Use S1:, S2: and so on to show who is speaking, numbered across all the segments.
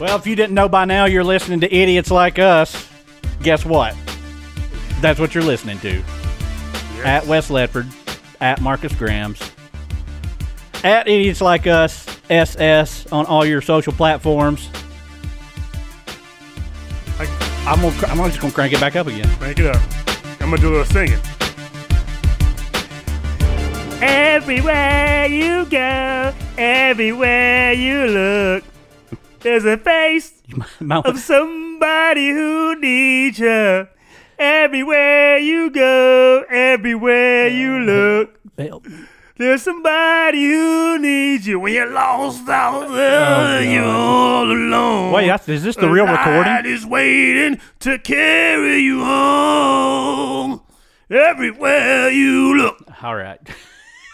S1: Well, if you didn't know by now, you're listening to idiots like us. Guess what? That's what you're listening to. At Wes Ledford, at Marcus Grams, at idiots like us SS on all your social platforms.
S2: I
S1: I'm gonna, cr- I'm just gonna crank it back up again.
S2: crank it up. I'm gonna do a little singing. Everywhere you go, everywhere you look, there's a face
S1: Mount-
S2: of somebody who needs you. Everywhere you go, everywhere you look, there's somebody who needs you. When you're lost out there, you're all alone.
S1: Wait, that's, is this the real
S2: Night
S1: recording?
S2: is waiting to carry you home. Everywhere you look.
S1: All right.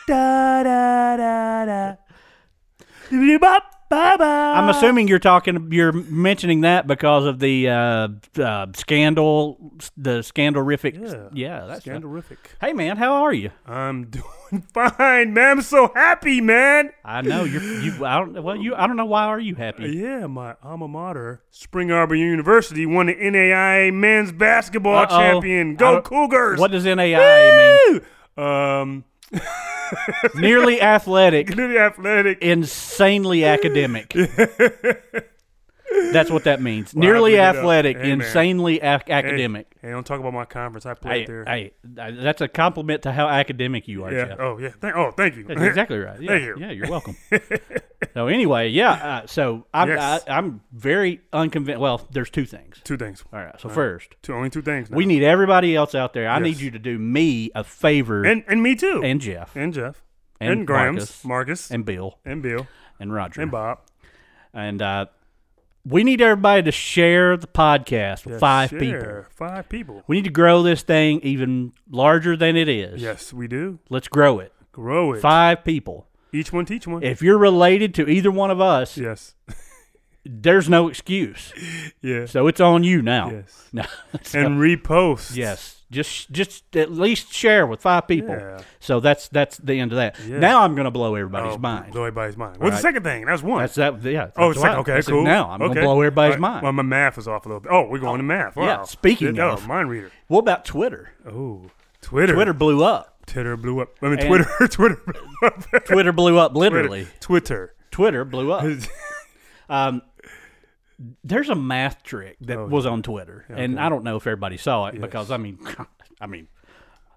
S2: Da da da da. Bye bye.
S1: I'm assuming you're talking, you're mentioning that because of the uh, uh, scandal, the scandalrific. Yeah, that's
S2: scandalrific.
S1: Hey man, how are you?
S2: I'm doing fine, man. I'm so happy, man.
S1: I know you're. You, I don't. Well, you. I don't know why are you happy?
S2: Yeah, my alma mater, Spring Arbor University, won the NAIA men's basketball
S1: Uh-oh.
S2: champion.
S1: I
S2: Go
S1: don't-
S2: Cougars!
S1: What does NAIA
S2: Woo! Um,
S1: mean? Nearly athletic,
S2: Community Athletic.
S1: insanely academic. That's what that means. Nearly
S2: it up.
S1: athletic,
S2: Hey, man.
S1: insanely ac- academic.
S2: Hey, don't talk about my conference. I played
S1: Hey,
S2: there.
S1: hey, that's a compliment to how academic you are,
S2: yeah.
S1: Jeff.
S2: Oh yeah. Thank, oh, thank you.
S1: That's exactly right. Yeah,
S2: Thank you.
S1: yeah, you're welcome. so anyway, yeah. Uh, so I'm
S2: Yes.
S1: I, I'm very unconvinced. Well, there's two things.
S2: two things.
S1: All right. So first,
S2: Two only two things. Now.
S1: we need everybody else out there. I need
S2: Yes.
S1: you to do me a favor
S2: and and me too.
S1: and Jeff
S2: and Jeff
S1: and
S2: Grams,
S1: Marcus.
S2: Marcus, and,
S1: and Bill
S2: Bill
S1: and Roger
S2: and Bob.
S1: And, uh, we need everybody to share the podcast with
S2: Yes,
S1: five
S2: sure.
S1: people.
S2: Five people.
S1: We need to grow this thing even larger than it is.
S2: Yes, we do.
S1: Let's grow it.
S2: Grow it.
S1: Five people.
S2: Each one teach one.
S1: If you're related to either one of us,
S2: yes.
S1: there's no excuse.
S2: Yeah.
S1: So it's on you now.
S2: Yes.
S1: No, so-
S2: And repost.
S1: yes. Just just at least share with five people.
S2: Yeah.
S1: So that's that's the end of that.
S2: Yeah.
S1: Now I'm going to blow everybody's
S2: Oh,
S1: mind.
S2: Blow everybody's mind. What's
S1: Right.
S2: the second thing? That's one.
S1: That's that. Yeah.
S2: oh,
S1: that's
S2: second.
S1: why-
S2: Okay,
S1: that's it.
S2: cool.
S1: Now I'm
S2: Okay.
S1: gonna blow everybody's
S2: All right.
S1: mind.
S2: Well, my math is off a little bit. Oh, we're going to math. Wow.
S1: yeah, speaking
S2: oh,
S1: of.
S2: mind reader.
S1: what about Twitter?
S2: Oh, Twitter.
S1: Twitter blew up.
S2: Twitter blew up. I mean,
S1: And-
S2: Twitter, Twitter, blew up.
S1: Twitter blew up. Literally,
S2: Twitter.
S1: Twitter blew up. Um, there's a math trick that was on Twitter, and I don't know if everybody saw it because I mean, I mean,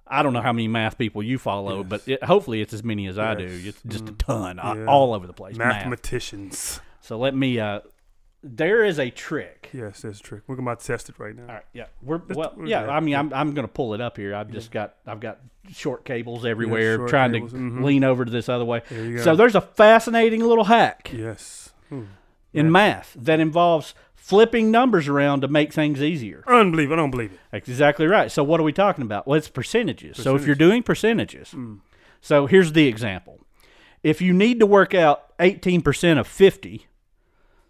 S1: I don't know how many math people you follow, but it, hopefully it's as many as I do. It's just a ton, a- all over the place. Math.
S2: Mathematicians.
S1: So let me. Uh, there is a trick.
S2: Yes, that's a trick. We're about to test it right now.
S1: All right, yeah, we're well,
S2: we're
S1: yeah.
S2: good.
S1: I mean, I'm I'm gonna pull it up here. I've just got I've got short mm-hmm. cables everywhere,
S2: short
S1: trying
S2: cables,
S1: to lean over to this other way.
S2: you
S1: So
S2: go.
S1: there's a fascinating little hack
S2: Yes. Hmm.
S1: in math that involves flipping numbers around to make things easier.
S2: Unbelievable. I don't believe it.
S1: That's exactly right. So what are we talking about? Well, it's percentages. So if you're doing percentages, so here's the example. If you need to work out 18% of 50,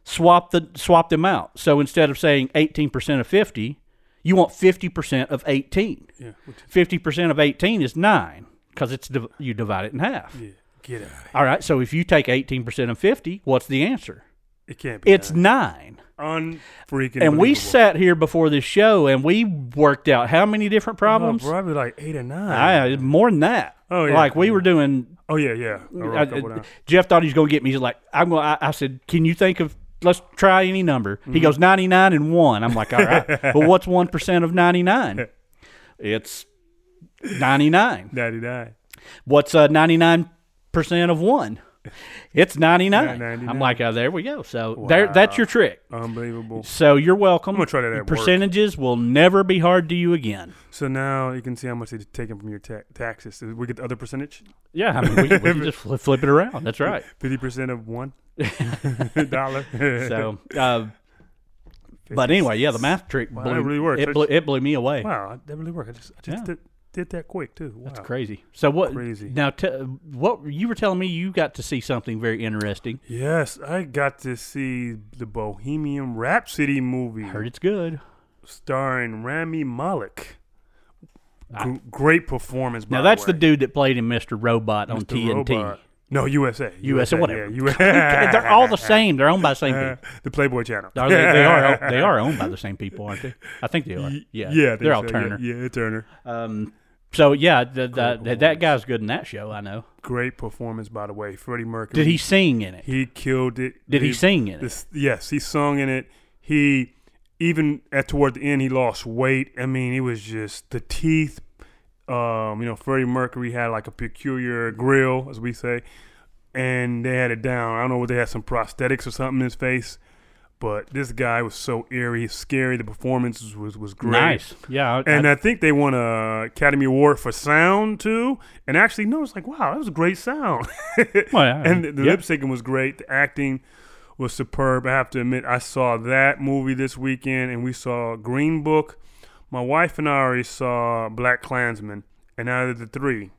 S1: swap the swap them out. So instead of saying 18% of 50, you want 50% of 18.
S2: Yeah. What
S1: 50% of 18 is 9 because it's div- you divide it in half.
S2: you- yeah. Get out. of here.
S1: All right, so if you take 18% of 50, what's the answer?
S2: It can't be.
S1: It's 9.
S2: unfreaking.
S1: And we
S2: believable.
S1: sat here before this show and we worked out how many different
S2: Oh,
S1: problems?
S2: probably like eight or nine.
S1: I, more than that.
S2: Oh, yeah.
S1: Like we were doing.
S2: oh yeah, yeah. I wrote a couple
S1: I-
S2: down.
S1: Jeff thought he was going to get me. He's like, I'm going. I, I said, can you think of? Let's try any number. He
S2: Mm-hmm.
S1: goes 99 and one. I'm like, all right. but what's one percent of 99? It's 99.
S2: Ninety-nine.
S1: What's uh 99 percent of one? It's 99.
S2: 99.
S1: I'm like, oh, there we go. So there, that's your trick.
S2: Unbelievable.
S1: So you're welcome. I'm
S2: gonna try that at work.
S1: Percentages will never be hard to you again.
S2: So now you can see how much they're taking from your ta- taxes. Did we get the other percentage?
S1: Yeah, I mean, we, we can just flip, flip it around. That's right.
S2: Fifty percent of one dollar.
S1: So, uh, but anyway, yeah, the math trick blew,
S2: that really works.
S1: It blew, it blew me away.
S2: wow, that really worked. I just, I just
S1: Yeah.
S2: did, did that quick too. Wow.
S1: It's crazy. So what?
S2: Crazy.
S1: Now, te- what you were telling me, you got to see something very interesting.
S2: Yes, I got to see the Bohemian Rhapsody movie
S1: Heard it's good.
S2: starring Rami Malek. Gr- great performance. By
S1: Ah. Now that's the
S2: way.
S1: dude that played in Mr. Robot on
S2: The
S1: TNT.
S2: robot. No, USA.
S1: USA, whatever.
S2: Yeah, USA.
S1: They're all the same. They're owned by the same people.
S2: the Playboy Channel.
S1: Are they, they are they are owned by the same people, aren't they? I think they are. Yeah,
S2: yeah, I think
S1: they're all
S2: so.
S1: Turner.
S2: Yeah, yeah, Turner.
S1: Um, so yeah, the, the, that- that guy's good in that show. I know.
S2: Great performance, by the way. Freddie Mercury.
S1: Did he sing in it?
S2: He killed it.
S1: Did he sing in it?
S2: This, yes, he sung in it. He even at toward the end he lost weight. I mean, it was just the teeth. Um, you know, Freddie Mercury had like a peculiar grill, as we say, and they had it down. I don't know what they had some prosthetics or something in his face, but this guy was so eerie, scary. The performance was was, was great.
S1: Nice. Yeah. I-
S2: And uh,
S1: I-
S2: I think they won a Academy Award for sound too. And actually, no, it's like wow, that was a great sound.
S1: well, yeah,
S2: and the, the
S1: yeah.
S2: lip syncing was great. The acting was superb. I have to admit, I saw that movie this weekend, and we saw Green Book. My wife and I already saw Black Klansman, and out of the three,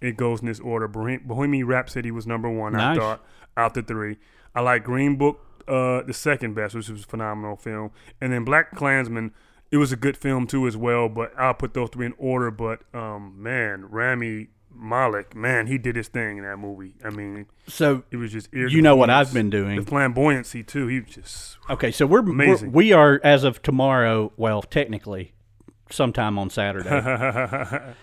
S2: it goes in this order. Bohem- Bohemian Rhapsody was number one.
S1: Nice.
S2: I thought out the three, I like Green Book, uh, the second best, which was a phenomenal film, and then Black Klansman. It was a good film too, as well. But I'll put those three in order. But um, man, Rami Malek, man, he did his thing in that movie. I mean,
S1: so
S2: it was just
S1: you know what I've been doing.
S2: the flamboyancy too. He was just
S1: Okay, so we're, we're
S2: Amazing.
S1: we are as of tomorrow. Well, technically, sometime on Saturday,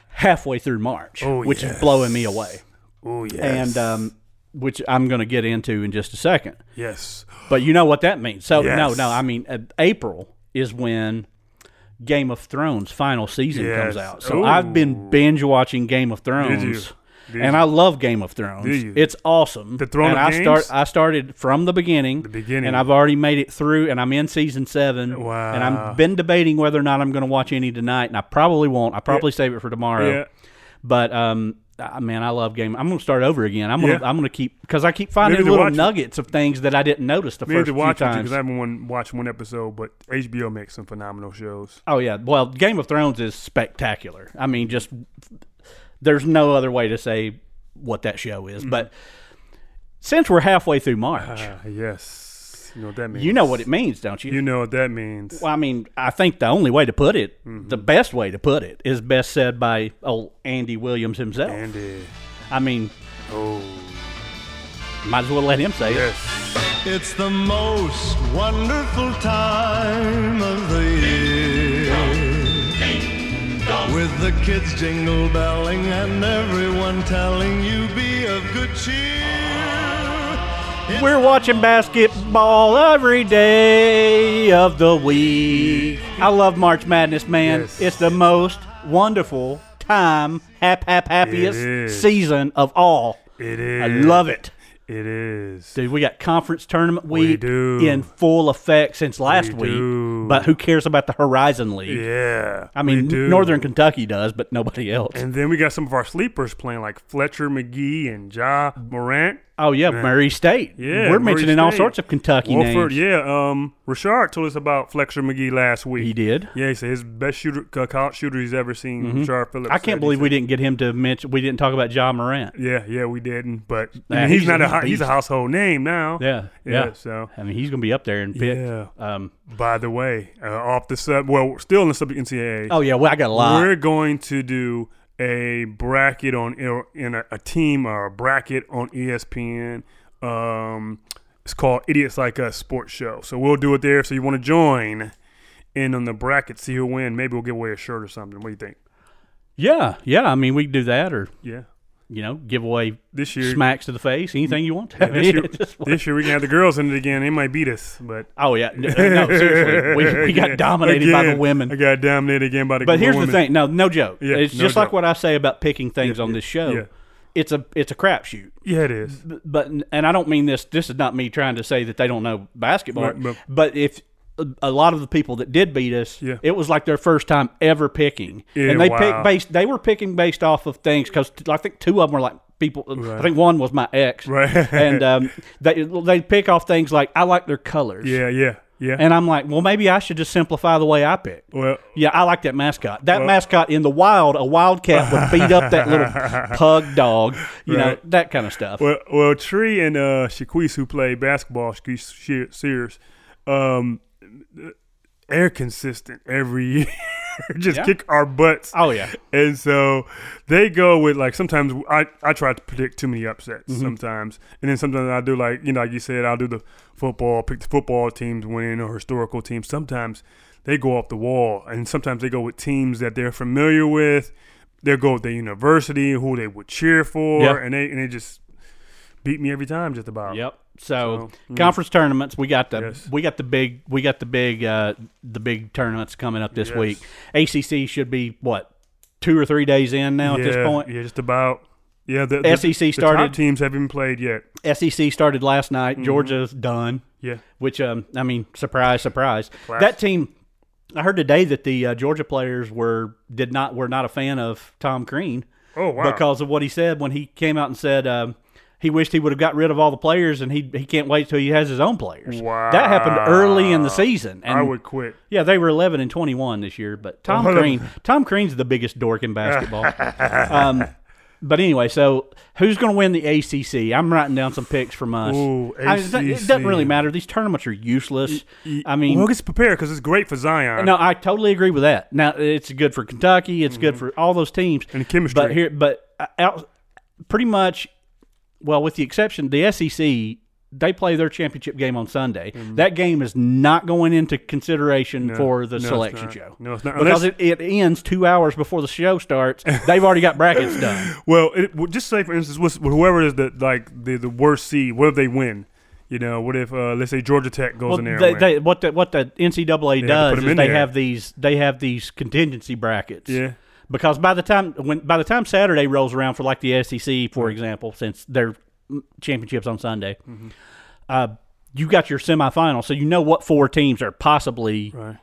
S1: halfway through March,
S2: Oh,
S1: which
S2: yes.
S1: is blowing me away,
S2: oh yes,
S1: and um, which I'm going to get into in just a second.
S2: yes,
S1: But you know what that means. So no,
S2: Yes.
S1: no, I mean uh, April is when Game of Thrones final season comes
S2: Yes.
S1: out. So I've been binge watching Game of Thrones.
S2: you? Did
S1: and I love Game of Thrones.
S2: Did you?
S1: It's awesome. The
S2: Throne
S1: and
S2: of
S1: I
S2: Games?
S1: start I started from the beginning. The
S2: beginning.
S1: And I've already made it through and I'm in season seven.
S2: Wow.
S1: And I've been debating whether or not I'm gonna watch any tonight and I probably won't. I probably save it for tomorrow.
S2: yeah.
S1: But um, I- man, I love game. I'm gonna start over again. I'm gonna
S2: Yeah.
S1: I'm gonna keep because I keep finding
S2: Maybe to
S1: little
S2: watch it.
S1: nuggets of things that I didn't notice the
S2: We
S1: first
S2: had to watch
S1: few
S2: it
S1: times.
S2: because I haven't one, watched one episode, but HBO makes some phenomenal shows.
S1: oh yeah, well, Game of Thrones is spectacular. I mean, just there's no other way to say what that show
S2: Mm-hmm.
S1: is. But since we're halfway through March,
S2: Ah, yes, you know what that means.
S1: you know what it means, don't you?
S2: You know what that means.
S1: well, I mean, I think the only way to put it, the
S2: Mm-hmm.
S1: best way to put it, is best said by old Andy Williams himself.
S2: Andy.
S1: I mean,
S2: Oh,
S1: might as well let him say it.
S2: yes.
S3: It's the most wonderful time of the year. With the kids jingle belling and everyone telling you be of good cheer. It's
S1: We're watching basketball every day of the week. I love March Madness, man.
S2: Yes.
S1: It's the most wonderful time, hap, hap,
S2: It
S1: happiest
S2: is.
S1: season of all.
S2: It is.
S1: I love it.
S2: It is.
S1: Dude, we got conference tournament week
S2: do.
S1: in full effect since last
S2: We
S1: week.
S2: do.
S1: But who cares about the Horizon League?
S2: Yeah.
S1: I mean,
S2: we do.
S1: Northern Kentucky does, but nobody else.
S2: And then we got some of our sleepers playing, like Fletcher McGee and Ja Morant.
S1: oh, yeah, Murray State.
S2: Yeah,
S1: We're
S2: Murray
S1: mentioning all
S2: State.
S1: sorts of Kentucky
S2: Wolford,
S1: names.
S2: yeah. Um, Rashard told us about Fletcher McGee last week.
S1: He did.
S2: Yeah, he said his best shooter, uh, college shooter he's ever seen. Rashard Phillips.
S1: Mm-hmm. I
S2: said he
S1: can't believe
S2: said-
S1: we didn't get him to mention, we didn't talk about John Morant.
S2: Yeah, yeah, we didn't. But I
S1: Nah,
S2: mean, he's,
S1: he's-
S2: not a
S1: he's a
S2: hou- he's a
S1: beast.
S2: household name now.
S1: Yeah,
S2: Yeah,
S1: yeah.
S2: so-
S1: I mean, he's gonna be up there and pick.
S2: Yeah.
S1: Um,
S2: By the way, uh, off the sub. Well, still in the subject NCAA.
S1: oh yeah, well I got a lot.
S2: We're going to do a bracket on in a, a team or a bracket on E ESPN. Um, it's called Idiots Like Us Sports Show. So we'll do it there. So you want to join in on the bracket, see who win. Maybe we'll give away a shirt or something. What do you think?
S1: yeah, yeah. I mean, we can do that, or
S2: Yeah.
S1: you know, give away
S2: This year,
S1: smacks to the face, anything you want. to.
S2: this year,
S1: Just-
S2: this year we can have the girls in it again. They might beat us, but
S1: oh yeah, no, no, seriously, we, we got dominated by the
S2: Again, I
S1: women.
S2: got dominated again by the
S1: But here's the
S2: women.
S1: thing. No, no joke.
S2: Yeah,
S1: it's
S2: no
S1: just
S2: joke.
S1: like what I say about picking things on this show.
S2: yeah.
S1: It's a it's a crapshoot.
S2: Yeah, it is.
S1: but and I don't mean this. This is not me trying to say that they don't know basketball.
S2: Right, but-
S1: but, if a lot of the people that did beat us,
S2: Yeah.
S1: it was like their first time ever picking,
S2: Yeah,
S1: and they
S2: wow.
S1: picked based. They were picking based off of things because I think two of them were like people. I think one was my ex,
S2: Right.
S1: and um, they they pick off things like I like their colors,
S2: Yeah, yeah, yeah.
S1: and I'm like, well, maybe I should just simplify the way I pick.
S2: well,
S1: Yeah, I like that mascot. That mascot in the wild, a wildcat would beat up that little pug dog, you know,
S2: Right.
S1: that kind of stuff.
S2: Well, well, Tree and uh, Shaquise, who play basketball, Shaquise She- Sears, um, they're consistent every year. just
S1: Yeah.
S2: kick our butts.
S1: Oh, yeah.
S2: And so they go with like sometimes I, I try to predict too many upsets
S1: Mm-hmm.
S2: sometimes, and then sometimes I do like you know like you said I'll do the football pick the football teams winning or historical teams. Sometimes they go off the wall, and sometimes they go with teams that they're familiar with. They go with their university, who they would cheer for,
S1: Yeah.
S2: and they and they just beat me every time just about.
S1: Yep. So,
S2: So, mm.
S1: conference tournaments, we got the
S2: Yes.
S1: we got the big we got the big uh, the big tournaments coming up this
S2: Yes.
S1: week. ACC should be what two or three days in now at this point.
S2: Yeah, just about. Yeah, the, the-
S1: SEC
S2: the
S1: started-
S2: top teams haven't been played yet.
S1: SEC E started last night.
S2: Mm-hmm.
S1: Georgia's done.
S2: Yeah.
S1: Which um, I mean, surprise, surprise.
S2: Class.
S1: That team. I heard today that the uh, Georgia players were did not were not a fan of Tom Crean
S2: Oh wow.
S1: because of what he said when he came out and said um, he wished he would have got rid of all the players and he he can't wait till he has his own players.
S2: Wow.
S1: That happened early in the season. And
S2: I would quit.
S1: Yeah, they were 11 and 21 this year, but Tom
S2: Hold on.
S1: Crean, Tom Crean's the biggest dork in basketball. um, but anyway, so who's going to win the ACC? I'm writing down some picks from us.
S2: Ooh,
S1: I- it doesn't- it
S2: ACC.
S1: doesn't really matter. These tournaments are useless. I mean,
S2: well, it's prepared because it's great for Zion.
S1: no, I totally agree with that. Now it's good for Kentucky. It's good for all those teams
S2: Mm-hmm. And chemistry.
S1: But here, but uh, out, pretty much, well, with the exception, the SEC they play their championship game on Sunday. That game is not going into consideration for the
S2: Mm-hmm. no, it's
S1: selection
S2: not.
S1: show.
S2: No, it's not.
S1: because
S2: Unless-
S1: it, it ends two hours before the show starts. They've already got brackets done.
S2: Well, it, well, just say for instance, what's, whoever is the like the, the worst seed, what if they win? You know, what if uh, let's say Georgia Tech goes
S1: Well,
S2: in there?
S1: they,
S2: and
S1: they, what the what the NCAA
S2: They have to put
S1: does
S2: them
S1: is
S2: in
S1: they
S2: there.
S1: have these they have these contingency brackets.
S2: win. yeah,
S1: because by the time when by the time Saturday rolls around for like the SEC, for example, since their championships on Sunday,
S2: Mm-hmm.
S1: uh, you got your semifinal, so you know what four teams are possibly,
S2: right.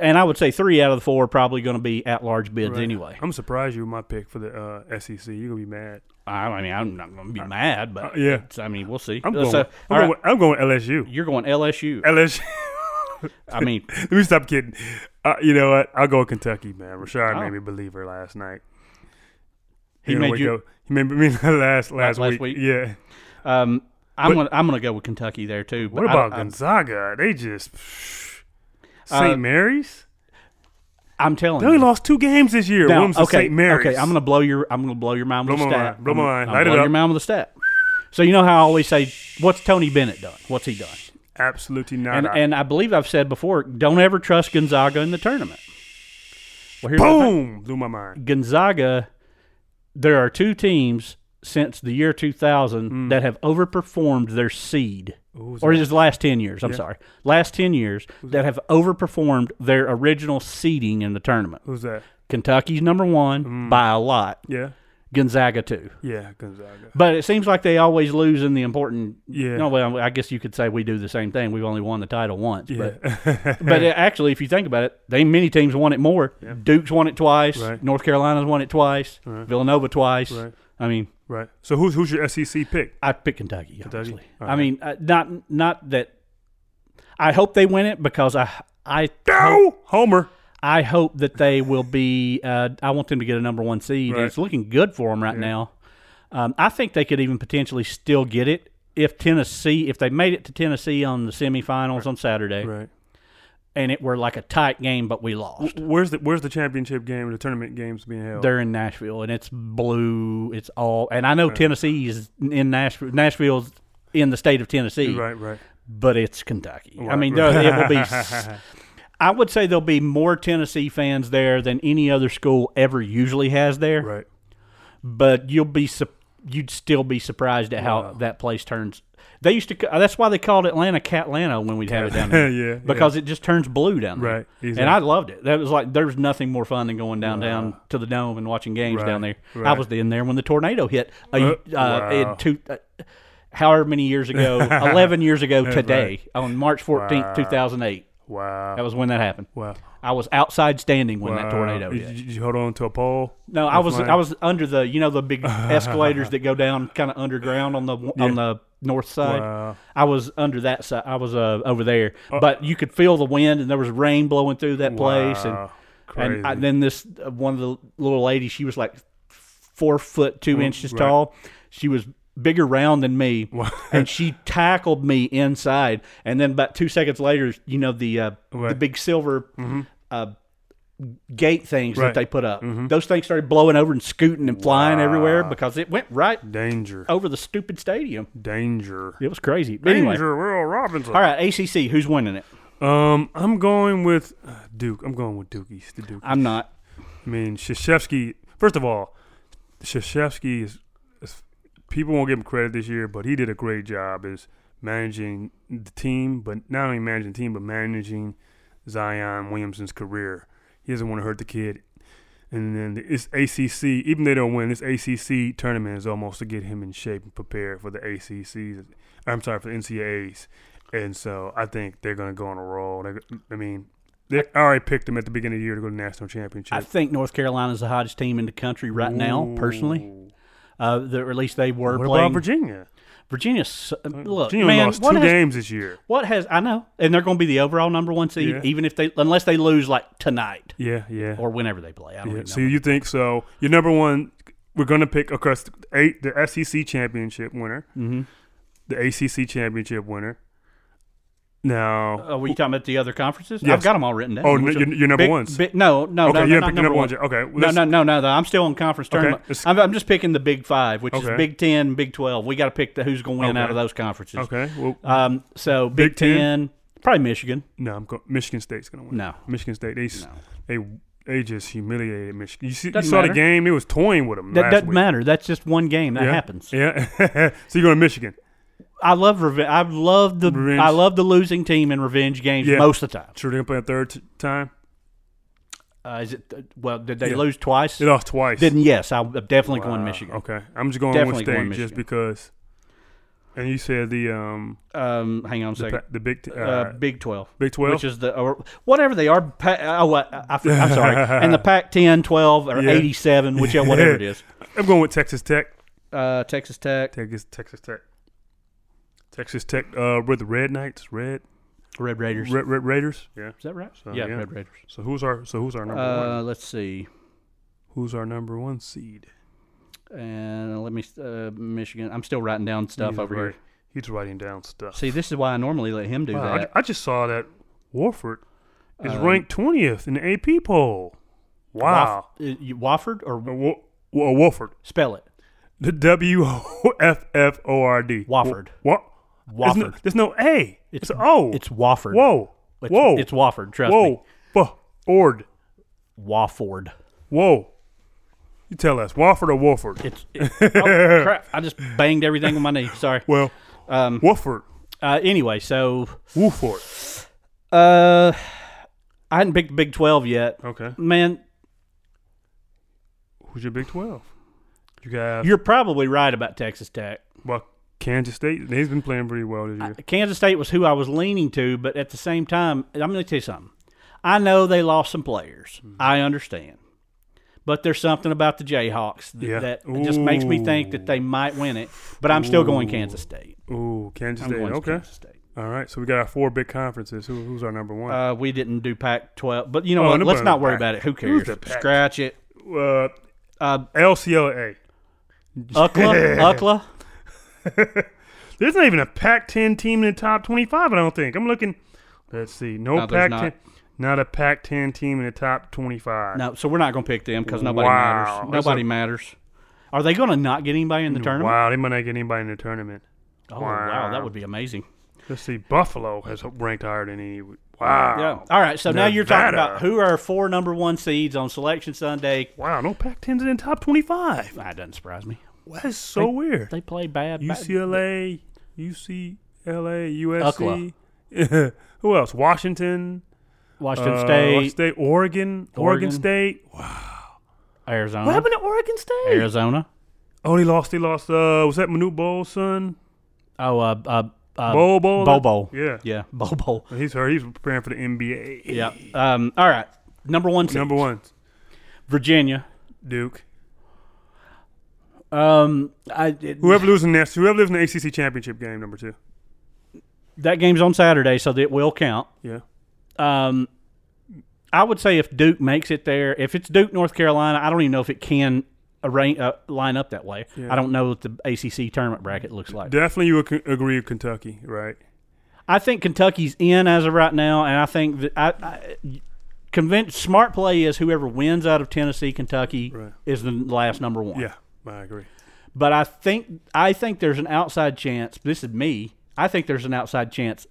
S1: and I would say three out of the four are probably going to be at large bids anyway.
S2: I'm surprised you were my pick for the uh, SEC. You're gonna be mad.
S1: I, I mean, I'm not going to be mad, but
S2: uh, yeah.
S1: it's- I mean, we'll see. Uh,
S2: I'm
S1: So,
S2: going.
S1: all
S2: I'm,
S1: right,
S2: going I'm going LSU.
S1: you're going LSU.
S2: LSU.
S1: I mean,
S2: Let me stop kidding. Uh, you know what? I'll go with Kentucky, man. Rashad
S1: Oh.
S2: made me believe her last night.
S1: He
S2: You know,
S1: made
S2: we
S1: you-
S2: go- He made me last last,
S1: last
S2: week.
S1: week?
S2: Yeah.
S1: um, I'm going I'm going to go with Kentucky there too. but
S2: What
S1: I-
S2: about
S1: I,
S2: Gonzaga? They just
S1: Uh,
S2: St. Mary's.
S1: I'm telling
S2: They
S1: you,
S2: only lost two games this year.
S1: Now,
S2: One was to
S1: okay,
S2: St. Mary's.
S1: okay, I'm gonna blow your I'm gonna blow your mind with
S2: Blow
S1: a
S2: my
S1: stat.
S2: mind, blow my
S1: I'm-
S2: mind,
S1: I'm
S2: light it
S1: blow
S2: up.
S1: your mind with a stat. So you know how I always say, what's Tony Bennett done? What's he done?
S2: absolutely not.
S1: And and I believe I've said before, don't ever trust Gonzaga in the tournament. Well, here's the thing.
S2: boom, blew my mind.
S1: Gonzaga. There are two teams since the year 2000
S2: Mm.
S1: that have overperformed their seed, or just last 10 years. I'm sorry, last 10 years that have overperformed their original seeding in the tournament.
S2: Who's that?
S1: Kentucky's number one
S2: Mm.
S1: by a lot.
S2: Yeah,
S1: Gonzaga too.
S2: yeah, Gonzaga.
S1: But it seems like they always lose in the important.
S2: Yeah.
S1: No, well, I guess you could say we do the same thing. We've only won the title once. But
S2: Yeah.
S1: but it- actually, if you think about it, they many teams won it more. Duke's won it twice.
S2: Right.
S1: North Carolina's won it twice.
S2: Right.
S1: Villanova twice.
S2: Right.
S1: I mean,
S2: right. So who's who's your SEC pick?
S1: I pick Kentucky. Obviously.
S2: All
S1: I
S2: right.
S1: mean, uh, not not that. I hope they win it because I I
S2: No, Homer.
S1: I hope that they will be. Uh, I want them to get a number one seed. And
S2: Right.
S1: it's looking good for them right now. Um, I think they could even potentially still get it if Tennessee, if they made it to Tennessee on the semifinals on Saturday,
S2: Right.
S1: and it were like a tight game, but we lost.
S2: Where's the Where's the championship game? The tournament games being held.
S1: They're in Nashville, and it's blue. It's all, and I know Tennessee is in Nashville. Nashville's in the state of Tennessee,
S2: right, right.
S1: but it's Kentucky. I
S2: Right,
S1: mean,
S2: right.
S1: there- it will be. s- I would say there'll be more Tennessee fans there than any other school ever usually has there.
S2: Right.
S1: but you'll be su- you'd still be surprised at how that place turns. They used to ca- that's why they called Atlanta Catlanta when we'd have it down there.
S2: Yeah, yeah.
S1: Because it just turns blue down there.
S2: Right,
S1: And I
S2: exactly.
S1: loved it. That was like there was nothing more fun than going downtown to the dome and watching games
S2: Right,
S1: down there. I
S2: right.
S1: was in there when the tornado hit a, uh,
S2: wow.
S1: in two uh, however many years ago, 11 years ago today on March 14th, 2008.
S2: Wow.
S1: That was when that happened.
S2: wow.
S1: I was outside standing when
S2: Wow.
S1: that tornado
S2: Did
S1: hit.
S2: you, did you hold on to a pole?
S1: No, I was
S2: flying?
S1: I was under the you know the big escalators that go down kind of underground on the on the north side.
S2: Wow.
S1: I was under that side. I was uh, over there, but you could feel the wind and there was rain blowing through that place and
S2: Wow.
S1: and I,
S2: Crazy.
S1: then this uh, one of the little ladies she was like four foot two inches tall. She was bigger round than me, and she tackled me inside. And then about two seconds later, you know the uh, the
S2: Right.
S1: big silver. Uh, gate things
S2: Right. Mm-hmm.
S1: that they put up. Those things started blowing over and scooting and flying everywhere because it went right
S2: Danger.
S1: over the stupid stadium.
S2: Danger.
S1: It was crazy. But Oh. anyway,
S2: Danger, Earl Robinson.
S1: all right, ACC, who's winning it?
S2: Um, I'm going with uh, Duke. I'm going with Dookies. The Duke.
S1: I'm not.
S2: I mean, Shashevsky. First of all, Shashevsky is, is people won't give him credit this year, but he did a great job as managing the team, but not only managing the team, but managing Zion Williamson's career. He doesn't want to hurt the kid. And then it's ACC. Even they don't win, this ACC tournament is almost to get him in shape and prepared for the ACCs. I'm sorry for the NCAAs. And so I think they're going to go on a roll. They, I mean, they I already picked them at the beginning of the year to go to the national championship.
S1: I think North Carolina's the hottest team in the country right now, personally. Uh, the, or at least they were
S2: What
S1: playing
S2: Mm. about Virginia?
S1: Virginia. s- uh, Look,
S2: Virginia
S1: man,
S2: lost
S1: what
S2: two
S1: has-
S2: games this year.
S1: What has I know, and they're going to be the overall number one seed,
S2: Yeah.
S1: even if they unless they lose like tonight
S2: Yeah, yeah.
S1: or whenever they play. I don't
S2: yeah.
S1: even know.
S2: So you think so? Your number one, we're gonna pick of course eight the SEC championship winner, mm-hmm. the ACC championship winner. Now,
S1: Are we Uh, talking about the other conferences?
S2: Yes.
S1: I've got them all written down.
S2: Oh, no,
S1: Which
S2: your-
S1: one?
S2: your number
S1: Big-
S2: ones.
S1: big- no, no,
S2: okay,
S1: no,
S2: you
S1: no,
S2: picked
S1: not
S2: your
S1: number one.
S2: Okay, well,
S1: No,
S2: let's-
S1: no, no, no, no. I'm still on conference tournament.
S2: let's-
S1: I'm, I'm just picking the Big Five, which
S2: Okay.
S1: is Big Ten, Big Twelve. We got to pick the who's going to win
S2: Okay.
S1: out of those conferences.
S2: Okay, well,
S1: Um, so Big,
S2: Big Ten?
S1: Ten, probably Michigan.
S2: no, I'm go- Michigan State's gonna win.
S1: No.
S2: Michigan State. They s they they just humiliated Michigan. You, see, you
S1: Doesn't
S2: saw the
S1: matter.
S2: game; it was toying with them.
S1: That
S2: last
S1: doesn't
S2: week.
S1: matter. That's just one game that
S2: Yeah,
S1: happens.
S2: Yeah. so you're going to Michigan?
S1: I love revenge. I love the
S2: Revenge.
S1: I love the losing team in revenge games
S2: Yeah.
S1: most of the time.
S2: Sure, they're going to play a third t- time.
S1: Uh, is it? well, did they
S2: Yeah.
S1: lose twice?
S2: They lost twice.
S1: Then yes, I'm definitely going Michigan.
S2: Okay, I'm just going
S1: Ah, Definitely
S2: with state
S1: going
S2: just
S1: Michigan.
S2: because. And you said the um
S1: Um, hang on a second.
S2: pa- the big t- uh,
S1: uh, Big Twelve.
S2: Big 12?
S1: which is the or whatever they are. Pa- oh, I, I, am sorry. And the Pac 10, 12, or
S2: Yeah.
S1: 87, which whatever it is.
S2: I'm going with Texas Tech.
S1: Uh, Texas Tech,
S2: Texas Texas Tech. Texas Tech uh with the Red Knights, Red
S1: Red Raiders.
S2: Red, Red Raiders. Yeah.
S1: is that right?
S2: So,
S1: yeah,
S2: yeah.
S1: Red Raiders.
S2: So who's our so who's our number
S1: Uh,
S2: one?
S1: let's see.
S2: Who's our number one seed?
S1: And let me uh, Michigan. I'm still writing down stuff
S2: He's
S1: over
S2: right-
S1: here.
S2: He's writing down stuff.
S1: See, this is why I normally let him do
S2: Wow, I,
S1: that. Uh,
S2: ju- I just saw that Warford is ranked twentieth in the AP poll. Wow.
S1: Woff- uh, you- Wofford
S2: Uh,
S1: or
S2: Wa- Wa- Warford.
S1: spell it?
S2: The W O F F O R D.
S1: Wofford.
S2: What? There's no,
S1: Wofford.
S2: there's no A. It's, an O.
S1: It's Wofford.
S2: Whoa.
S1: It's,
S2: Whoa.
S1: It's Wofford. Trust me.
S2: Whoa. Whoa. Ord.
S1: Wofford.
S2: Whoa. You tell us, Wofford or Wolford?
S1: It's. it- oh, crap. I just banged everything with my knee. Sorry.
S2: Well, um, Wolford.
S1: Uh, anyway, so
S2: Wolford.
S1: uh, I hadn't picked the Big Twelve yet.
S2: Okay.
S1: Man,
S2: Who's your Big 12? You got
S1: you're probably right about Texas Tech.
S2: well, Kansas State. They've been playing pretty well this year.
S1: Kansas State was who I was leaning to, but at the same time, I'm going to tell you something. I know they lost some players.
S2: Mm-hmm.
S1: I understand. But there's something about the Jayhawks th-
S2: Yeah.
S1: that just makes me think that they might win it. But I'm still going Kansas State.
S2: Ooh, Kansas
S1: I'm
S2: State.
S1: going
S2: Okay.
S1: Kansas State.
S2: All right. So we got our four big conferences. Who, who's our number one?
S1: Uh, we didn't do Pac 12, but you know
S2: Oh,
S1: what?
S2: nobody
S1: Let's not
S2: did
S1: worry
S2: Pac.
S1: about it. Who cares?
S2: Who's the Pac?
S1: Scratch it.
S2: Uh,
S1: Uh,
S2: LCLA.
S1: Ukla, Ukla.
S2: There's not even a Pac-10 team in the top 25. I don't think. I'm looking. Let's see. No,
S1: No, there's
S2: Pac-10. Not. a Pac-10 team in the top 25.
S1: No, so we're not going to pick them because nobody
S2: Wow.
S1: matters.
S2: That's
S1: Nobody
S2: a-
S1: matters. Are they going to not get anybody in the tournament?
S2: Wow, they might not get anybody in the tournament.
S1: Oh, wow.
S2: Wow.
S1: That would be amazing.
S2: Let's see. Buffalo has ranked higher than any. Wow.
S1: Yeah. All right. So now you're talking
S2: Nevada.
S1: about who are our four number one seeds on Selection Sunday.
S2: Wow. No Pac-10s in the top 25.
S1: That doesn't surprise me.
S2: That's so weird.
S1: They play bad. bad-
S2: UCLA, UCLA, USC.
S1: Oklahoma.
S2: Who else? Washington,
S1: Washington
S2: uh,
S1: State,
S2: Washington State, Oregon, Oregon,
S1: Oregon.
S2: State.
S1: Arizona,
S2: What happened to Oregon State?
S1: Arizona.
S2: Oh, they lost. They lost. Uh, was that Manute Bowles' son?
S1: Oh, uh, uh, uh,
S2: Bowl Bowl?
S1: Bobo.
S2: Yeah.
S1: yeah, Bobo.
S2: He's hurt. He's preparing for the NBA.
S1: Yeah. Um. All right. Number one seed,
S2: Number one,
S1: Virginia.
S2: Duke.
S1: Um. I it,
S2: Whoever loses next, whoever lives in the ACC championship game, number two.
S1: that game's on Saturday, so it will count.
S2: Yeah.
S1: Um. I would say if Duke makes it there, if it's Duke, North Carolina, I don't even know if it can arrange, uh, line up that way. I don't know what the ACC tournament bracket looks like.
S2: Definitely, you would con- agree with Kentucky, right?
S1: I think Kentucky's in as of right now, and I think that I, I, conven- smart play is whoever wins out of Tennessee, Kentucky
S2: Right.
S1: is the last number one.
S2: Yeah, I agree.
S1: But I think I think there's an outside chance. This is me. I think there's an outside chance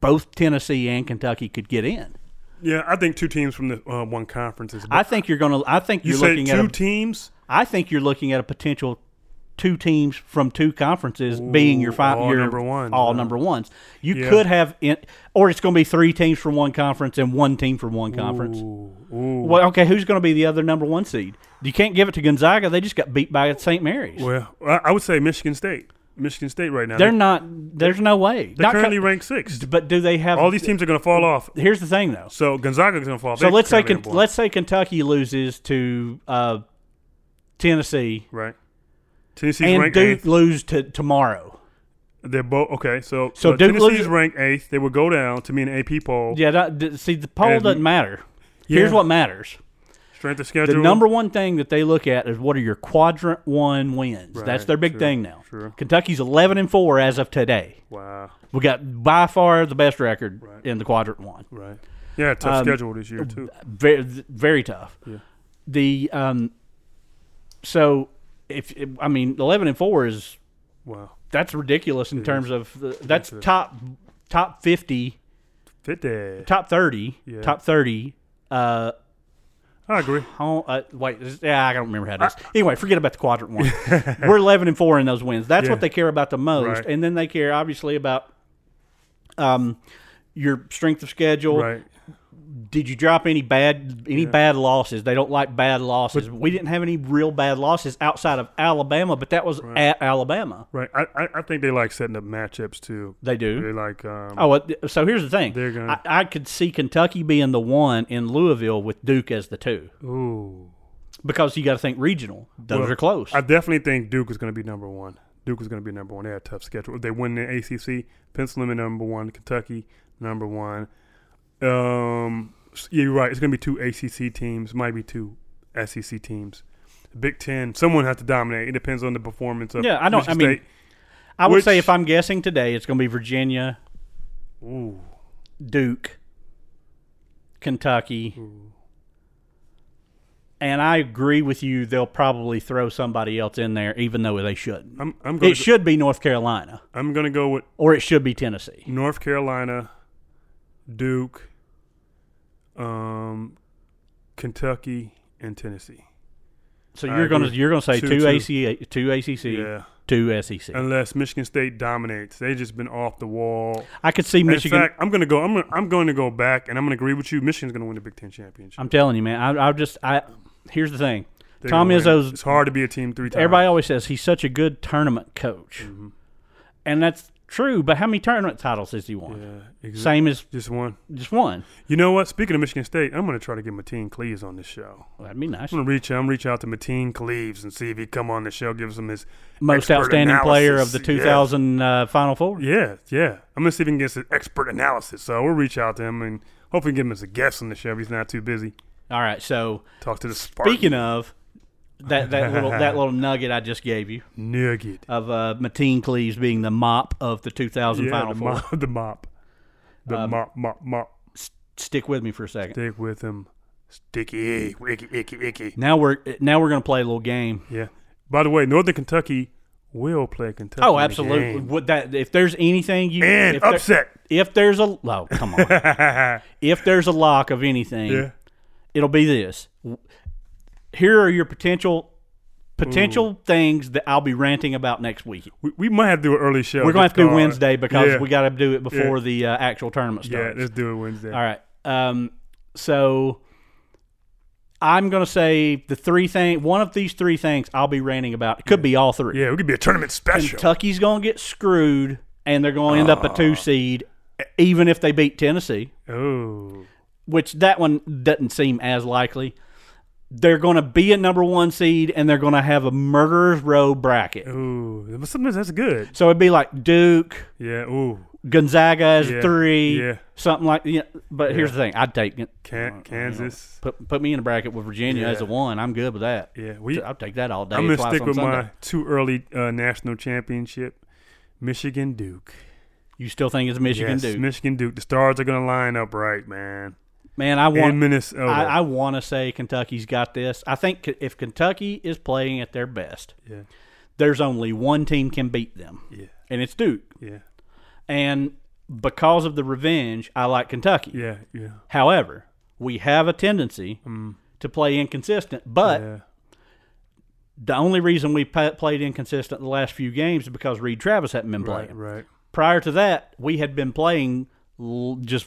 S1: both Tennessee and Kentucky could get in.
S2: Yeah, I think two teams from the uh, one conference is.
S1: I think you're going to. I think
S2: you
S1: you're
S2: said
S1: looking
S2: two
S1: at. A,
S2: teams.
S1: I think you're looking at a potential two teams from two conferences being your five.
S2: all
S1: your,
S2: number ones,
S1: All
S2: huh?
S1: number ones. You
S2: Yeah.
S1: could have, in, or it's going to be three teams from one conference and one team from one conference. Well, okay, who's going to be the other number one seed? You can't give it to Gonzaga. They just got beat by St. Mary's.
S2: Well, I, I would say Michigan State. Michigan State right now.
S1: They're not. There's no way.
S2: they're
S1: Not co-
S2: currently ranked sixth.
S1: But do they have
S2: All these teams are going to fall off.
S1: Here's the thing, though.
S2: So Gonzaga's going to fall. off.
S1: So
S2: They're
S1: let's say
S2: currently
S1: Ken-
S2: number one.
S1: let's say Kentucky loses to uh, Tennessee
S2: right. Tennessee's
S1: and
S2: ranked
S1: Duke
S2: eighth.
S1: lose to tomorrow.
S2: They're both okay. So
S1: So
S2: uh,
S1: Duke
S2: Tennessee's
S1: loses-
S2: ranked eighth. They would go down to me an AP poll.
S1: Yeah, that, th- see, the poll
S2: And-
S1: doesn't matter. Here's
S2: Yeah.
S1: what matters:
S2: Strength of
S1: the
S2: schedule.
S1: number one thing that they look at is what are your quadrant one wins. That's
S2: Right,
S1: their big
S2: sure,
S1: thing now.
S2: sure.
S1: Kentucky's eleven and four as of today.
S2: Wow.
S1: We got by far the best record
S2: Right.
S1: in the quadrant one.
S2: Right. Yeah. Tough
S1: Um,
S2: schedule this year too.
S1: very very tough. The um, so if I mean eleven and four is
S2: Wow.
S1: that's ridiculous in terms of the, that's top top fifty,
S2: Fifty.
S1: top thirty,
S2: Yeah.
S1: top thirty. Uh,
S2: I agree.
S1: home, uh, wait, is- yeah, I don't remember how it is. anyway, forget about the quadrant one. We're eleven and four in those wins. That's
S2: Yeah.
S1: what they care about the most,
S2: Right.
S1: and then they care obviously about um your strength of schedule.
S2: Right.
S1: did you drop any bad any bad losses? They don't like bad losses. we didn't have any real bad losses outside of Alabama, but that was at Alabama.
S2: Right. I, I I think they like setting up matchups too.
S1: They do.
S2: They like um.
S1: Oh, well, th- so here's the thing.
S2: They're gonna-
S1: I, I could see Kentucky being the one in Louisville with Duke as the two
S2: Ooh.
S1: because you got to think regional. Those
S2: Well,
S1: are close.
S2: I definitely think Duke is going to be number one. Duke is going to be number one. They had a tough schedule. If they win the ACC, Pennsylvania number one, Kentucky number one. Um, s- yeah, you're right. It's going to be two ACC teams, might be two SEC teams. Big Ten. Someone has to dominate. It depends on the performance of
S1: Yeah, I don't-
S2: Michigan
S1: I mean,
S2: State.
S1: I would
S2: which-
S1: say if I'm guessing today, it's going to be Virginia,
S2: Ooh,
S1: Duke, Kentucky. And I agree with you. They'll probably throw somebody else in there, even though they shouldn't.
S2: I'm I'm going
S1: It
S2: to
S1: should be North Carolina,
S2: I'm going to go with
S1: or it should be Tennessee.
S2: North Carolina, Duke, um, Kentucky, and Tennessee.
S1: So
S2: I
S1: you're gonna
S2: agree.
S1: you're gonna say
S2: Two,
S1: two,
S2: two.
S1: ACA, two ACC,
S2: Yeah.
S1: two E SEC.
S2: unless Michigan State dominates. They've just been off the wall.
S1: I could see Michigan.
S2: In fact, I'm gonna go. I'm gonna, I'm going to go back, and I'm gonna agree with you. Michigan's gonna win the Big Ten championship.
S1: I'm telling you, man. I, I just I here's the thing.
S2: They're
S1: Tom
S2: gonna win.
S1: Izzo's.
S2: It's hard to be a team three times.
S1: Everybody always says he's such a good tournament coach,
S2: Mm-hmm.
S1: and that's true. But how many tournament titles has he won?
S2: Yeah, exactly.
S1: Same as
S2: Just one.
S1: just one.
S2: You know what? Speaking of Michigan State, I'm gonna try to get Mateen Cleaves on this show.
S1: Well, that'd be nice.
S2: I'm gonna reach. I'm reach out to Mateen Cleaves and see if he come on the show. Gives him his
S1: Most
S2: expert
S1: outstanding player of the
S2: analysis.
S1: 2000 uh, Final Four.
S2: Yeah. yeah, yeah. I'm gonna see if he can get his expert analysis. So we'll reach out to him and hopefully get him as a guest on the show. if He's not too busy.
S1: All right. So
S2: Talk to the Spartan
S1: speaking of that that little that little nugget I just gave you.
S2: nugget.
S1: of uh, Mateen Cleaves being the mop of the 2000 Final
S2: the
S1: Four. Um,
S2: mop. The mop. The mop, mop, mop.
S1: Stick with me for a second.
S2: Stick with him. Sticky, icky, icky, icky.
S1: Now we're now we're gonna play a little game.
S2: Yeah. By the way, Northern Kentucky will play Kentucky.
S1: Oh,
S2: in the
S1: absolutely.
S2: game.
S1: Would that if there's anything you
S2: And
S1: if there-
S2: upset.
S1: if there's a oh come on if there's a lock of anything
S2: Yeah.
S1: it'll be this. Here are your potential potential things that I'll be ranting about next week.
S2: We, we might have to do an early show.
S1: We're gonna have to do
S2: Just, uh,
S1: Wednesday because
S2: yeah.
S1: we got to do it before the uh, actual tournament starts.
S2: Yeah, let's do it Wednesday.
S1: All right. Um, so I'm going to say the three thing. One of these three things I'll be ranting about. It could be all three.
S2: Yeah, we could be a tournament special.
S1: Kentucky's going to get screwed, and they're going to end up a
S2: Ah.
S1: two seed, e-, even if they beat Tennessee,
S2: oh.
S1: which that one doesn't seem as likely. They're going to be a number one seed, and they're going to have a murderer's row bracket.
S2: Ooh. But sometimes that's good.
S1: So it'd be like Duke,
S2: Yeah. Ooh.
S1: Gonzaga as
S2: Yeah,
S1: three,
S2: yeah.
S1: something like. Yeah, but here's the thing: I'd take it.
S2: Can- Kansas.
S1: Put put me in a bracket with Virginia as a
S2: Yeah.
S1: one. I'm good with that.
S2: Yeah. We,
S1: I'll take that all day.
S2: I'm going to
S1: twice
S2: stick
S1: on
S2: with
S1: Sunday.
S2: my too early uh, national championship Michigan Duke.
S1: You still think it's Michigan
S2: yes,
S1: Duke?
S2: Michigan Duke. The stars are going to line up right, man.
S1: Man, I
S2: in
S1: want
S2: Minnesota.
S1: I, I want to say Kentucky's got this. I think K- if Kentucky is playing at their best,
S2: yeah,
S1: there's only one team can beat them,
S2: yeah,
S1: and it's Duke.
S2: yeah,
S1: And because of the revenge, I like Kentucky.
S2: yeah, yeah.
S1: However, we have a tendency to play inconsistent, but
S2: yeah.
S1: the only reason we pa- played inconsistent the last few games is because Reed Travis hadn't been
S2: Right,
S1: playing.
S2: right,
S1: Prior to that, we had been playing l- just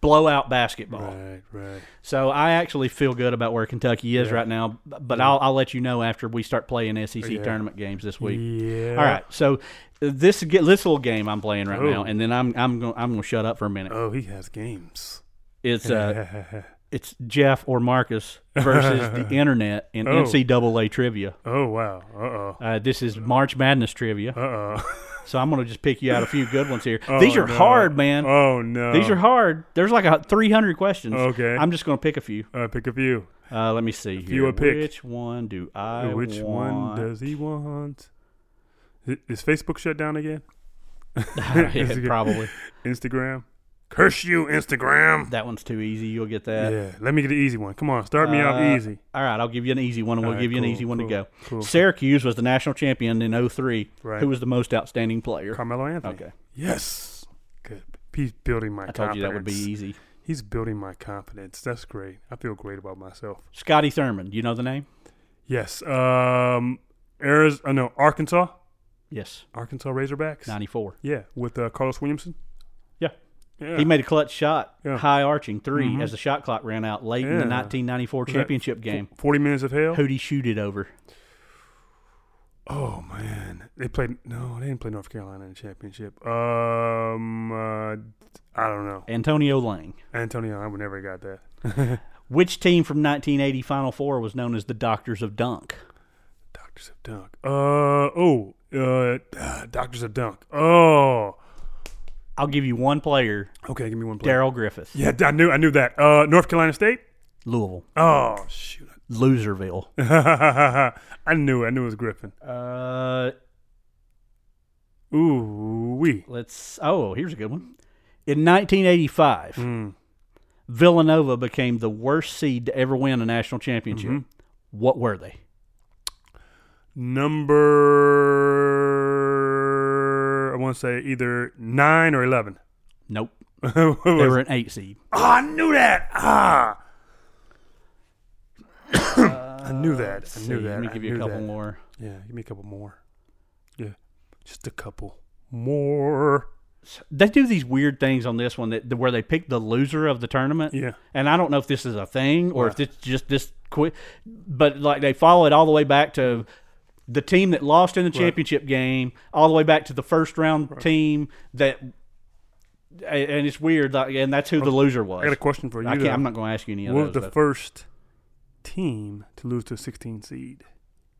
S1: blowout basketball.
S2: right, right.
S1: So I actually feel good about where Kentucky is right now, b- but I'll, I'll let you know after we start playing SEC
S2: Yeah.
S1: tournament games this week.
S2: Yeah.
S1: All right, so this ge- this little game I'm playing right
S2: Oh.
S1: now, and then I'm I'm going I'm going to shut up for a minute.
S2: Oh, he has games.
S1: It's uh, it's Jeff or Marcus versus the internet in
S2: Oh.
S1: NCAA trivia.
S2: oh wow. Uh
S1: Uh, this is March Madness trivia.
S2: oh. Uh oh.
S1: So I'm going to just pick you out a few good ones here. These are hard, man.
S2: Oh no.
S1: These are hard. There's like a 300 questions.
S2: Okay.
S1: I'm just going to pick a few.
S2: Uh, pick a few.
S1: Uh, let me see
S2: you
S1: here.
S2: a pick.
S1: Which one do I
S2: Which
S1: want?
S2: one does he want? I- Is Facebook shut down again?
S1: Yeah,
S2: Is it-
S1: probably.
S2: Instagram. Curse you, Instagram.
S1: That one's too easy. You'll get that.
S2: Yeah. Let me get an easy one. Come on, start me off
S1: Uh,
S2: easy.
S1: All right, I'll give you an easy one, and we'll
S2: All right,
S1: give you an
S2: cool,
S1: easy one
S2: cool,
S1: to go.
S2: cool.
S1: Syracuse was the national champion in 03.
S2: Right.
S1: Who was the most outstanding player?
S2: Carmelo Anthony.
S1: Okay.
S2: Yes. Good. He's building my
S1: I told
S2: confidence.
S1: you that would be easy.
S2: He's building my confidence. That's great. I feel great about myself.
S1: Scotty Thurman. Do you know the name?
S2: Yes. Um. Arizona. No. Arkansas.
S1: Yes.
S2: Arkansas Razorbacks.
S1: 94.
S2: Yeah. With uh, Carlos Williamson.
S1: Yeah.
S2: Yeah.
S1: He made a clutch shot,
S2: Yeah.
S1: high arching 3 as the shot clock ran out late in
S2: Yeah.
S1: the 1994
S2: that
S1: championship game.
S2: Forty minutes of hell.
S1: Who'd he shoot it over?
S2: Oh man, they played. No, they didn't play North Carolina in the championship. Um, uh, I don't know.
S1: Antonio Lang.
S2: Antonio, I would never got that.
S1: Which team from 1980 Final Four was known as the Doctors of Dunk?
S2: Doctors of Dunk. Uh oh. Uh, ah, Doctors of Dunk. Oh.
S1: I'll give you one player,
S2: Okay, give me one player.
S1: Daryl Griffith,
S2: Yeah, I knew. I knew that. Uh, North Carolina State.
S1: Louisville,
S2: Oh shoot.
S1: Loserville.
S2: I knew. it. I knew it was Griffin.
S1: Uh,
S2: Ooh wee.
S1: let's. Oh, here's a good one. Mm-hmm. In 1985,
S2: Mm.
S1: Villanova became the worst seed to ever win a national championship. What were they?
S2: Number. I want to say either nine or eleven.
S1: Nope,
S2: What was
S1: they
S2: it?
S1: were an eight seed.
S2: Oh, I knew that. Ah. I knew that. I
S1: Uh,
S2: knew
S1: See,
S2: that.
S1: Let me
S2: I
S1: give you
S2: knew
S1: a couple
S2: that.
S1: more.
S2: Yeah, give me a couple more. Yeah, just a couple more.
S1: they do these weird things on this one that where they pick the loser of the tournament.
S2: Yeah.
S1: And I don't know if this is a thing or if it's just this quick, but like they follow it all the way back to the team that lost in the championship game, all the way back to the first round team that, a- and it's weird. Like, and that's who the loser was.
S2: I got a question for you.
S1: I can't.
S2: though.
S1: I'm not going to ask you any of
S2: what was
S1: those.
S2: the
S1: though.
S2: first team to lose to a 16 seed?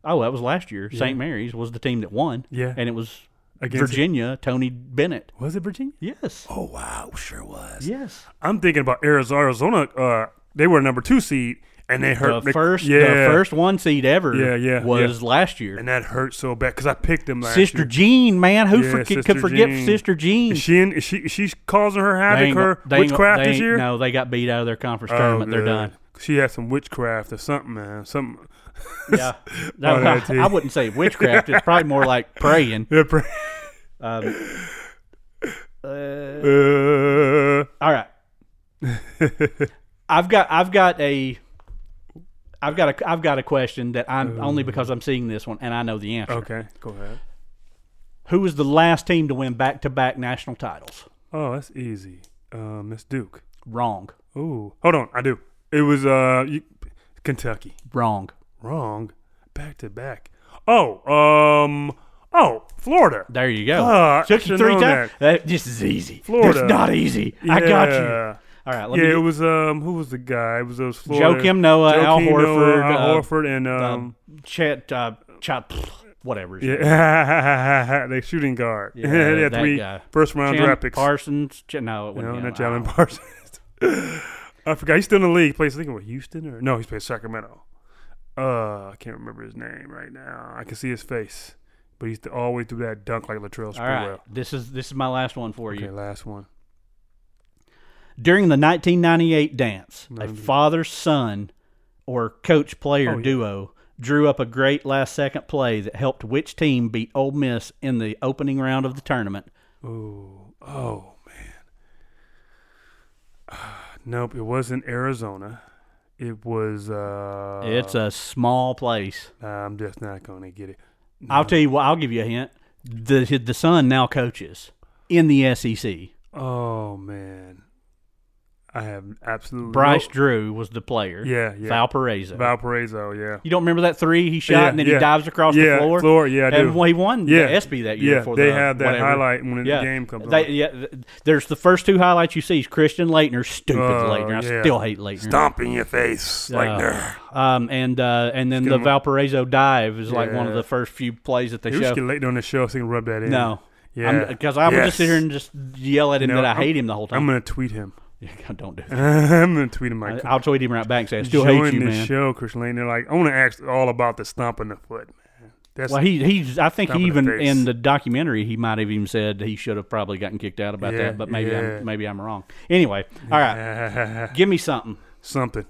S1: oh, that was last year. St. Mary's was the team that won.
S2: Yeah.
S1: And it was
S2: Against it-
S1: Virginia. Tony Bennett.
S2: Was it Virginia?
S1: Yes.
S2: Oh wow, sure was.
S1: Yes.
S2: I'm thinking about Arizona. Arizona. Uh, they were a number two seed, and they hurt.
S1: The
S2: they-
S1: first, the
S2: yeah,
S1: first one seed ever.
S2: Yeah, yeah,
S1: was last year.
S2: and that hurt so bad because I picked them last
S1: Sister
S2: year.
S1: Jean, man, who
S2: Yeah,
S1: for, could,
S2: Sister
S1: could forget
S2: Jean.
S1: Sister Jean?
S2: Is she in, is she she's causing her havoc,
S1: ain't-
S2: her
S1: ain't-
S2: witchcraft
S1: they
S2: this
S1: ain't-
S2: year.
S1: No, they got beat out of their conference
S2: Oh,
S1: tournament. They're
S2: good.
S1: done.
S2: She had some witchcraft or something, man. Something.
S1: Yeah, No,
S2: Oh, that's
S1: I,
S2: it.
S1: I wouldn't say witchcraft. it's probably more like praying.
S2: Yeah, pr-
S1: Um,
S2: uh,
S1: all right, I've got, I've got a, I've got a, I've got a question that
S2: Oh.
S1: I'm only because I'm seeing this one and I know the answer.
S2: okay, go ahead.
S1: Who was the last team to win back-to-back national titles?
S2: Oh, that's easy. Uh, Miss Duke.
S1: Wrong,
S2: Ooh, hold on, I do. It was uh, you, Kentucky.
S1: wrong.
S2: Wrong. Back to back. Oh, um, oh, Florida.
S1: There you go.
S2: Ah, I
S1: Took you
S2: should've
S1: three
S2: known
S1: times. That- this is easy.
S2: Florida.
S1: It's not easy. I got you.
S2: Yeah.
S1: All right, let
S2: Yeah,
S1: me.
S2: it was um, who was the guy? It was those Florida.
S1: Joakim Noah, Al
S2: Joakim Noah,
S1: Horford,
S2: Al
S1: uh,
S2: Horford, and um,
S1: um, Chet, uh, Chop, whatever. his name
S2: yeah, the shooting guard.
S1: Yeah,
S2: they had
S1: that
S2: three
S1: guy.
S2: first round
S1: Chan
S2: draft picks.
S1: Parsons. Ch- no, it
S2: No,
S1: wouldn't be him.
S2: not Jalen
S1: Wow.
S2: Parsons. I forgot. He's still in the league. He plays, I think, what, Houston or no? He's playing Sacramento. Uh, I can't remember his name right now. I can see his face, but he's always do that dunk like Latrell Sprewell.
S1: All right, this is this is my last one for
S2: Okay,
S1: you.
S2: last one.
S1: during the 1998 dance, a father son or coach player
S2: Oh,
S1: duo drew up a great last second play that helped which team beat Ole Miss in the opening round of the tournament.
S2: Oh man. Ah, Nope, it wasn't Arizona. It was. Uh,
S1: it's a small place.
S2: nah, I'm just not gonna get it.
S1: I'll tell you what, I'll give you a hint. The, the son now coaches in the E SEC.
S2: Oh man, I have absolutely
S1: Bryce
S2: no-
S1: Drew was the player.
S2: Yeah, yeah.
S1: Valparaiso.
S2: Valparaiso. Yeah.
S1: you don't remember that three he shot
S2: Yeah,
S1: and then
S2: yeah.
S1: he dives across
S2: Yeah,
S1: the floor?
S2: floor, yeah, I do.
S1: And when he won
S2: Yeah,
S1: the ESPY that year
S2: yeah,
S1: for
S2: they
S1: the
S2: have that
S1: whatever.
S2: highlight when the
S1: yeah.
S2: game comes
S1: they,
S2: on.
S1: Yeah, th- there's the first two highlights you see is Christian Leitner, stupid
S2: Oh,
S1: Leitner. I
S2: yeah.
S1: still hate Leitner.
S2: Stomp in your face, like
S1: Uh,
S2: nerd.
S1: Um, and uh, and then
S2: Get
S1: the
S2: him-
S1: Valparaiso dive is like one of
S2: Yeah.
S1: the first few plays that they
S2: Maybe we
S1: show.
S2: should get late on the show so you can rub that in.
S1: No.
S2: Yeah.
S1: Because I would
S2: Yes.
S1: just sit here and just yell at him
S2: No,
S1: that I
S2: I'm-
S1: hate him the whole time.
S2: I'm gonna tweet him.
S1: don't do that.
S2: I'm gonna tweet him. Like,
S1: I, will tweet him right back and say, I still hate
S2: join
S1: you,
S2: this
S1: man.
S2: show, Christian Lane. They're like, I want to ask all about the stomping the foot, man. That's
S1: Well, he he's. I think
S2: Thump
S1: he
S2: in the
S1: even
S2: face.
S1: in the documentary he might have even said he should have probably gotten kicked out about
S2: Yeah,
S1: that, but maybe
S2: yeah.
S1: I'm maybe I'm wrong. Anyway, all right, give me something
S2: something.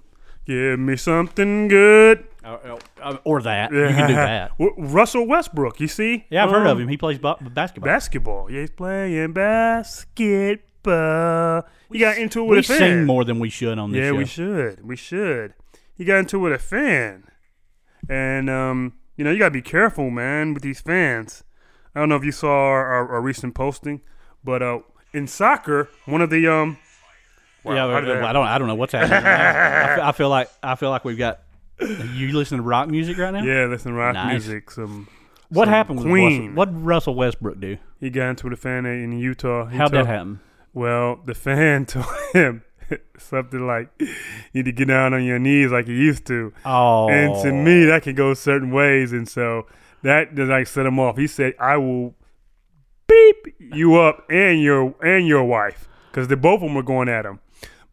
S2: Give me something good.
S1: or, or- uh, or that you can do that.
S2: W- Russell Westbrook, you see?
S1: Yeah, I've heard of
S2: Um,
S1: him. He plays ba- basketball.
S2: Basketball. Yeah, he's playing basketball. He got into it
S1: we
S2: with a fan.
S1: sing more than we should on this
S2: Yeah,
S1: show.
S2: we should. We should. He got into it with a fan. And, um, you know, you got to be careful, man, with these fans. I don't know if you saw our, our, our recent posting, but uh, in soccer, one of the. um, Wow,
S1: yeah,
S2: how did that-
S1: I don't. I don't know what's happening. I, I fe- I feel like I feel like we've got. You listen to rock music right now?
S2: Yeah, listen, rock
S1: Nice.
S2: music. Some
S1: What
S2: some
S1: happened with
S2: Queen?
S1: Russell? What did Russell Westbrook do?
S2: He got into it with a fan in Utah. He
S1: How'd
S2: told-
S1: that happen?
S2: Well, the fan told him something like, "You need to get down on your knees like you used to."
S1: Oh,
S2: And to me, that can go certain ways, and so that just like set him off. He said, "I will beep you up and your and your wife," because the both of them were going at him.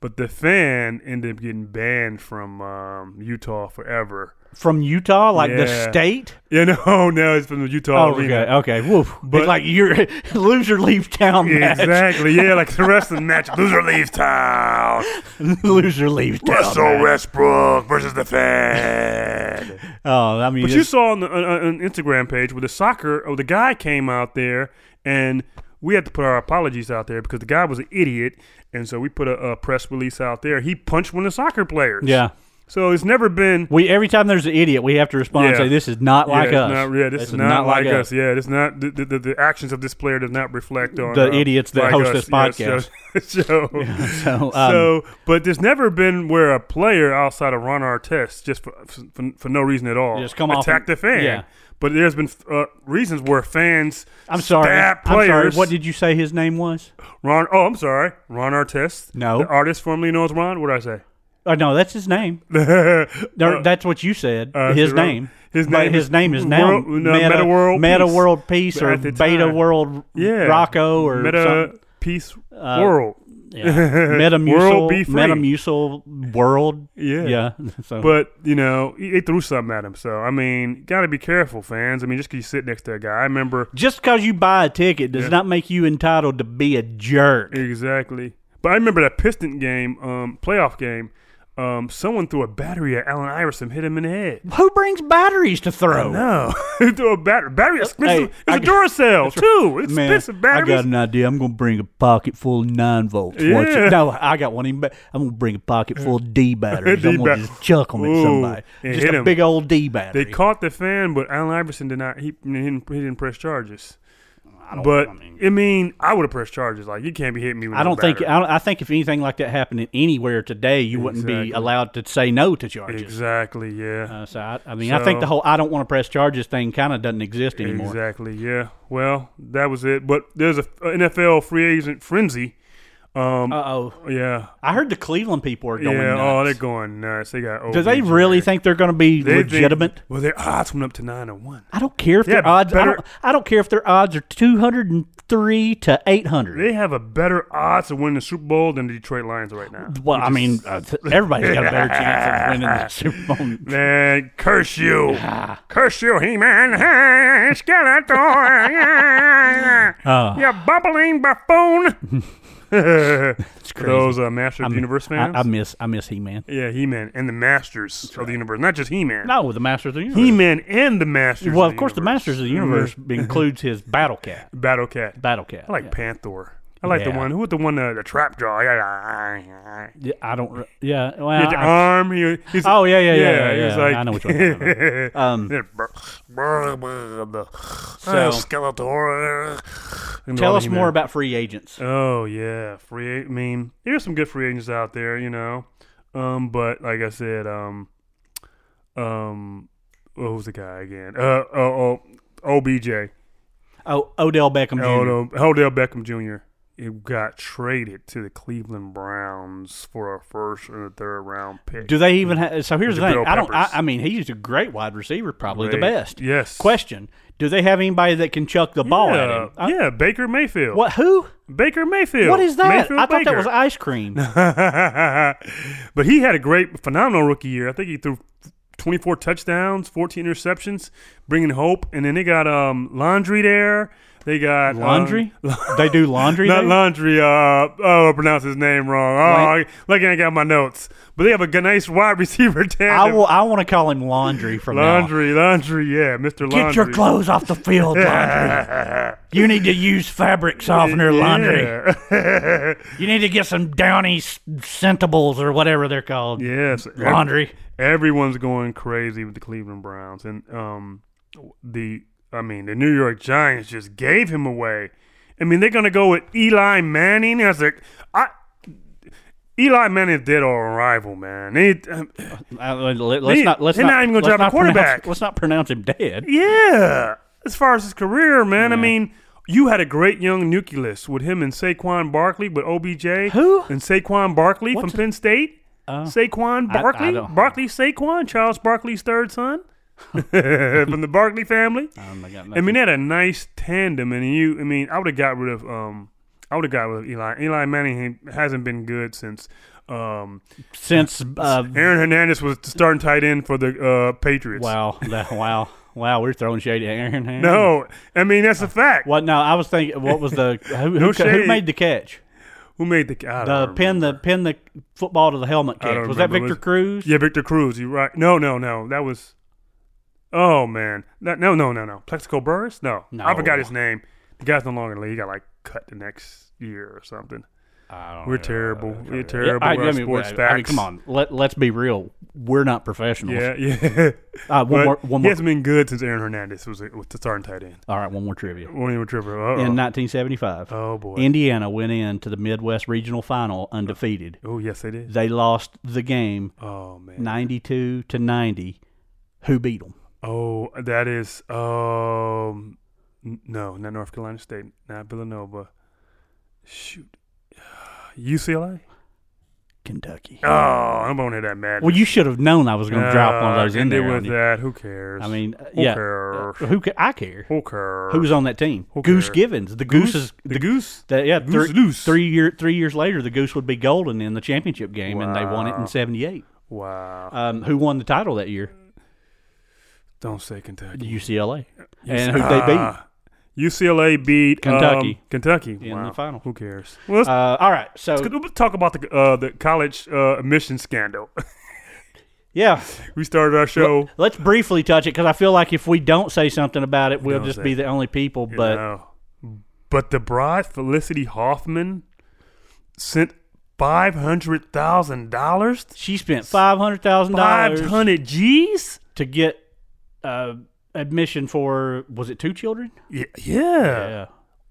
S2: But the fan ended up getting banned from um, Utah forever.
S1: from Utah, like
S2: Yeah.
S1: the state.
S2: You know, now it's from the Utah.
S1: Oh,
S2: arena.
S1: okay, okay. Woof.
S2: But-
S1: But like you're loser leave town match.
S2: Exactly. Yeah, like the wrestling match. Loser leaves town.
S1: loser leave town.
S2: Russell
S1: match.
S2: Westbrook versus the fan.
S1: Oh, I mean,
S2: But you
S1: it's-
S2: saw on the on, on Instagram page where the soccer or the guy came out there, and we had to put our apologies out there because the guy was an idiot, and so we put a, a press release out there. He punched one of the soccer players.
S1: yeah.
S2: So it's never been.
S1: We every time there's an idiot, we have to respond and
S2: Yeah.
S1: say this is not
S2: yeah,
S1: like
S2: it's
S1: us.
S2: Not, yeah, this, is not, like us. Yeah, it's not the, the, the, the actions of this player does not reflect on
S1: The
S2: uh,
S1: idiots that
S2: like
S1: host
S2: us.
S1: this
S2: Yes, so, so,
S1: So, um,
S2: so, but there's never been where a player outside of Ron Artest just for, for, for no reason at all
S1: Just come off
S2: attacked
S1: and-
S2: a fan.
S1: yeah.
S2: But there's been uh, reasons where fans
S1: I'm sorry.
S2: stab
S1: I'm
S2: players.
S1: sorry. What did you say his name was?
S2: Ron? Oh, I'm sorry, Ron Artest.
S1: No.
S2: the artist formerly known as Ron. What did I say?
S1: Oh no, that's his name. No, that's what you said.
S2: uh,
S1: his
S2: is it wrong?
S1: name.
S2: His
S1: But
S2: name
S1: his
S2: is
S1: name is
S2: World-
S1: now
S2: no, Meta World
S1: Meta
S2: Peace.
S1: World Peace
S2: But
S1: or
S2: at the
S1: Beta
S2: time-
S1: World
S2: Yeah,
S1: Rocco or
S2: Meta
S1: something. Uh,
S2: Peace World.
S1: Yeah. Metamucil,
S2: World be free.
S1: Metamucil World.
S2: Yeah.
S1: yeah. So.
S2: But you know, he- they threw something at him. So I mean, gotta be careful, fans. I mean, just 'cause you sit next to a guy, I remember
S1: Just because you buy a ticket does not make you entitled to be a jerk.
S2: exactly. But I remember that Piston game, um, playoff game. Um, someone threw a battery at Allen Iverson, hit him in the head.
S1: Who brings batteries to throw?
S2: No, he threw a battery. Battery expensive.
S1: Oh. Hey,
S2: it's
S1: I
S2: a
S1: got-
S2: Duracell too. It's
S1: Man,
S2: expensive
S1: I
S2: batteries.
S1: got an idea. I'm gonna bring a pocket full of nine volts. Watch
S2: Yeah.
S1: it. No, I got one. Even ba- I'm gonna bring a pocket full of D batteries.
S2: D
S1: I'm gonna
S2: bat-
S1: just chuck them
S2: Ooh,
S1: at somebody.
S2: and
S1: Just
S2: hit
S1: a
S2: 'em.
S1: big old D
S2: They
S1: battery.
S2: caught the fan, but Allen Iverson did not. He, he didn't. He didn't press charges. but I mean, I, would have pressed charges. Like you can't be hitting me. With
S1: I
S2: no
S1: don't think.
S2: battery.
S1: I, don't, I think if anything like that happened in anywhere today, you wouldn't
S2: Exactly.
S1: be allowed to say no to charges.
S2: Exactly. Yeah.
S1: Uh, so I, I mean, I think
S2: So-
S1: the whole "I don't want to press charges" thing kind of doesn't exist anymore.
S2: Exactly. Yeah. Well, that was it. But there's a a NFL free agent frenzy. Um.
S1: Uh oh.
S2: yeah.
S1: I heard the Cleveland people are going.
S2: Yeah.
S1: nuts.
S2: Oh, they're going nuts. They got.
S1: Do they
S2: OBJ.
S1: really think they're going to be
S2: They think-
S1: legitimate?
S2: well, their odds went up to nine to one.
S1: I don't care if
S2: Yeah,
S1: their odds. I,
S2: better-
S1: don't, I don't care if their odds are two hundred and three to eight hundred.
S2: They have a better odds of winning the Super Bowl than the Detroit Lions right now.
S1: Well, I mean, uh, th- everybody's got a better chance of winning the Super Bowl.
S2: Man, curse you. curse you, He Man. flying skeleton.
S1: Uh,
S2: you bubbling buffoon.
S1: It's
S2: For
S1: crazy.
S2: those uh, Masters of
S1: I'm-
S2: the Universe fans.
S1: I, I miss I miss He Man.
S2: yeah, He Man and the Masters of the Universe. Not just He Man.
S1: No, the Masters of the Universe.
S2: He Man and the Masters
S1: well,
S2: of
S1: of course, the
S2: Universe.
S1: Masters of the Universe includes his Battle Cat.
S2: Battle Cat.
S1: Battle Cat.
S2: Mm-hmm. I like
S1: yeah.
S2: Panther. I like the
S1: Yeah.
S2: one. Who was the one? Uh, the trap jaw. Yeah,
S1: Yeah, I don't. re- Yeah. Well,
S2: He had the
S1: I-
S2: arm. He, he's,
S1: Uh-huh. oh yeah, yeah, yeah. yeah,
S2: he was
S1: yeah.
S2: like,
S1: I know which one. you're talking about. Um,
S2: so, Skeletor.
S1: Tell us more about free agents.
S2: Oh yeah, free. I mean, there's some good free agents out there, you know. Um, but like I said, um, um, what was the guy again? Uh, oh, oh OBJ.
S1: Oh, Odell Beckham Jr.
S2: Odell, Odell Beckham Jr. It got traded to the Cleveland Browns for a first and a third round pick.
S1: Do they even have? So here's the
S2: Jabril
S1: thing. I don't. I,
S2: Peppers.
S1: I mean, he's a great wide receiver, probably the
S2: Great.
S1: best.
S2: Yes.
S1: Question: Do they have anybody that can chuck the ball at
S2: Yeah,
S1: him? I-
S2: yeah, Baker Mayfield.
S1: What? Who?
S2: Baker Mayfield.
S1: What is that?
S2: Mayfield
S1: I thought that
S2: Baker.
S1: was ice cream.
S2: but he had a great, phenomenal rookie year. I think he threw 24 touchdowns, 14 interceptions, bringing hope. And then they got um, Laundry there. They got um,
S1: laundry? they do laundry.
S2: not
S1: there?
S2: Laundry. Uh, oh, I pronounced his name wrong. Oh, I,
S1: Wait.
S2: like I ain't got my notes. But they have a g- nice wide receiver
S1: I
S2: tandem.
S1: will. I want to call him laundry from laundry.
S2: Laundry, Laundry, yeah, Mr.
S1: Get
S2: Laundry.
S1: your clothes off the field, laundry. you need to use fabric softener, laundry.
S2: Yeah.
S1: You need to get some downy s- scentables or whatever they're called.
S2: yes.
S1: Laundry.
S2: everyone's going crazy with the Cleveland Browns, and um, the I mean the New York Giants just gave him away. I mean they're gonna go with Eli Manning as a I. Eli Manning is dead or a rival, man. They, um,
S1: Uh, let, us
S2: They-
S1: not. Let's
S2: they're
S1: not,
S2: not even gonna
S1: let's
S2: drop a
S1: not pronounce-
S2: quarterback.
S1: Let's not pronounce him dead.
S2: yeah, as far as his career, man. I mean, you had a great young nucleus with him and Saquon Barkley with OBJ.
S1: Who?
S2: And Saquon Barkley from
S1: What's-
S2: Penn State.
S1: Uh,
S2: Saquon
S1: I- I
S2: Barkley,
S1: don't-
S2: Barkley Saquon, Charles Barkley's third son from the Barkley family.
S1: oh my God,
S2: I mean, they had a nice tandem, and you, I mean, I would have got rid of, um, I would have got rid of Eli. Eli Manning ha- hasn't been good since um,
S1: since uh,
S2: Aaron Hernandez was the starting tight end for the uh, Patriots.
S1: wow, that, wow, wow, we're throwing shade at Aaron. Hernandez.
S2: No, I mean that's a fact.
S1: What? No, I was thinking. What was the who,
S2: No
S1: who, ca-
S2: shade.
S1: who made the catch?
S2: Who made the? I
S1: The
S2: don't
S1: pin the pin the football to the helmet
S2: I don't
S1: catch. Was that
S2: remember.
S1: Victor
S2: Was-
S1: Cruz?
S2: Yeah, Victor Cruz. You right? No, no, no. That was. Oh man, That- no, no, no, no. Plexico Burris? No,
S1: No.
S2: I forgot his name. The guy's no longer in the league. He got like cut the next year or something.
S1: I don't
S2: We're
S1: know.
S2: terrible. We're
S1: Oh, Yeah,
S2: terrible.
S1: I,
S2: at
S1: I mean,
S2: sports
S1: I- I mean,
S2: facts.
S1: come on. Let Let's be real. We're not professionals.
S2: Yeah, yeah.
S1: Uh, one
S2: But
S1: more. One
S2: He
S1: more.
S2: hasn't been good since Aaron Hernandez was, was the starting tight end.
S1: all right. One more trivia.
S2: Won't even Trevor. Uh-oh.
S1: In 1975,
S2: oh boy.
S1: Indiana went into the Midwest Regional Final undefeated.
S2: oh yes, they did.
S1: They lost the game
S2: Oh man.
S1: 92 to 90. Who beat them?
S2: Oh, that is. Um, n- no, not North Carolina State, not Villanova. Shoot, UCLA.
S1: Kentucky.
S2: Oh, I'm gonna hit that mad.
S1: Well, you should have known I was going to drop one of those in
S2: ended
S1: there. on
S2: with
S1: you.
S2: that. Who cares?
S1: I mean, uh,
S2: who
S1: yeah.
S2: cares?
S1: Uh, Who ca- I care?
S2: who cares?
S1: Who's on that team?
S2: Who
S1: Goose
S2: cares?
S1: Givens. The goose, is
S2: the goose?
S1: the- yeah,
S2: Goose
S1: three,
S2: loose.
S1: three year three years later, the goose would be golden in the championship game, and they won it
S2: Wow.
S1: in '78.
S2: Wow!
S1: Um, who won the title that year?
S2: Don't say Kentucky.
S1: UCLA. And who they beat?
S2: Ah, UCLA beat
S1: Kentucky.
S2: um, Kentucky
S1: In
S2: Wow.
S1: the final.
S2: Who cares? Well, let's,
S1: Uh, all right, so
S2: let's talk about the uh, the college uh, admission scandal.
S1: yeah,
S2: we started our show.
S1: let's briefly touch it because I feel like if we don't say something about it, we'll
S2: Don't
S1: just
S2: say
S1: be
S2: it.
S1: the only people. But
S2: No. but the bride Felicity Hoffman sent five hundred thousand dollars,
S1: she spent five hundred thousand
S2: five
S1: dollars
S2: hundred G's.
S1: to get uh, admission for was it two children?
S2: Yeah,
S1: Yeah.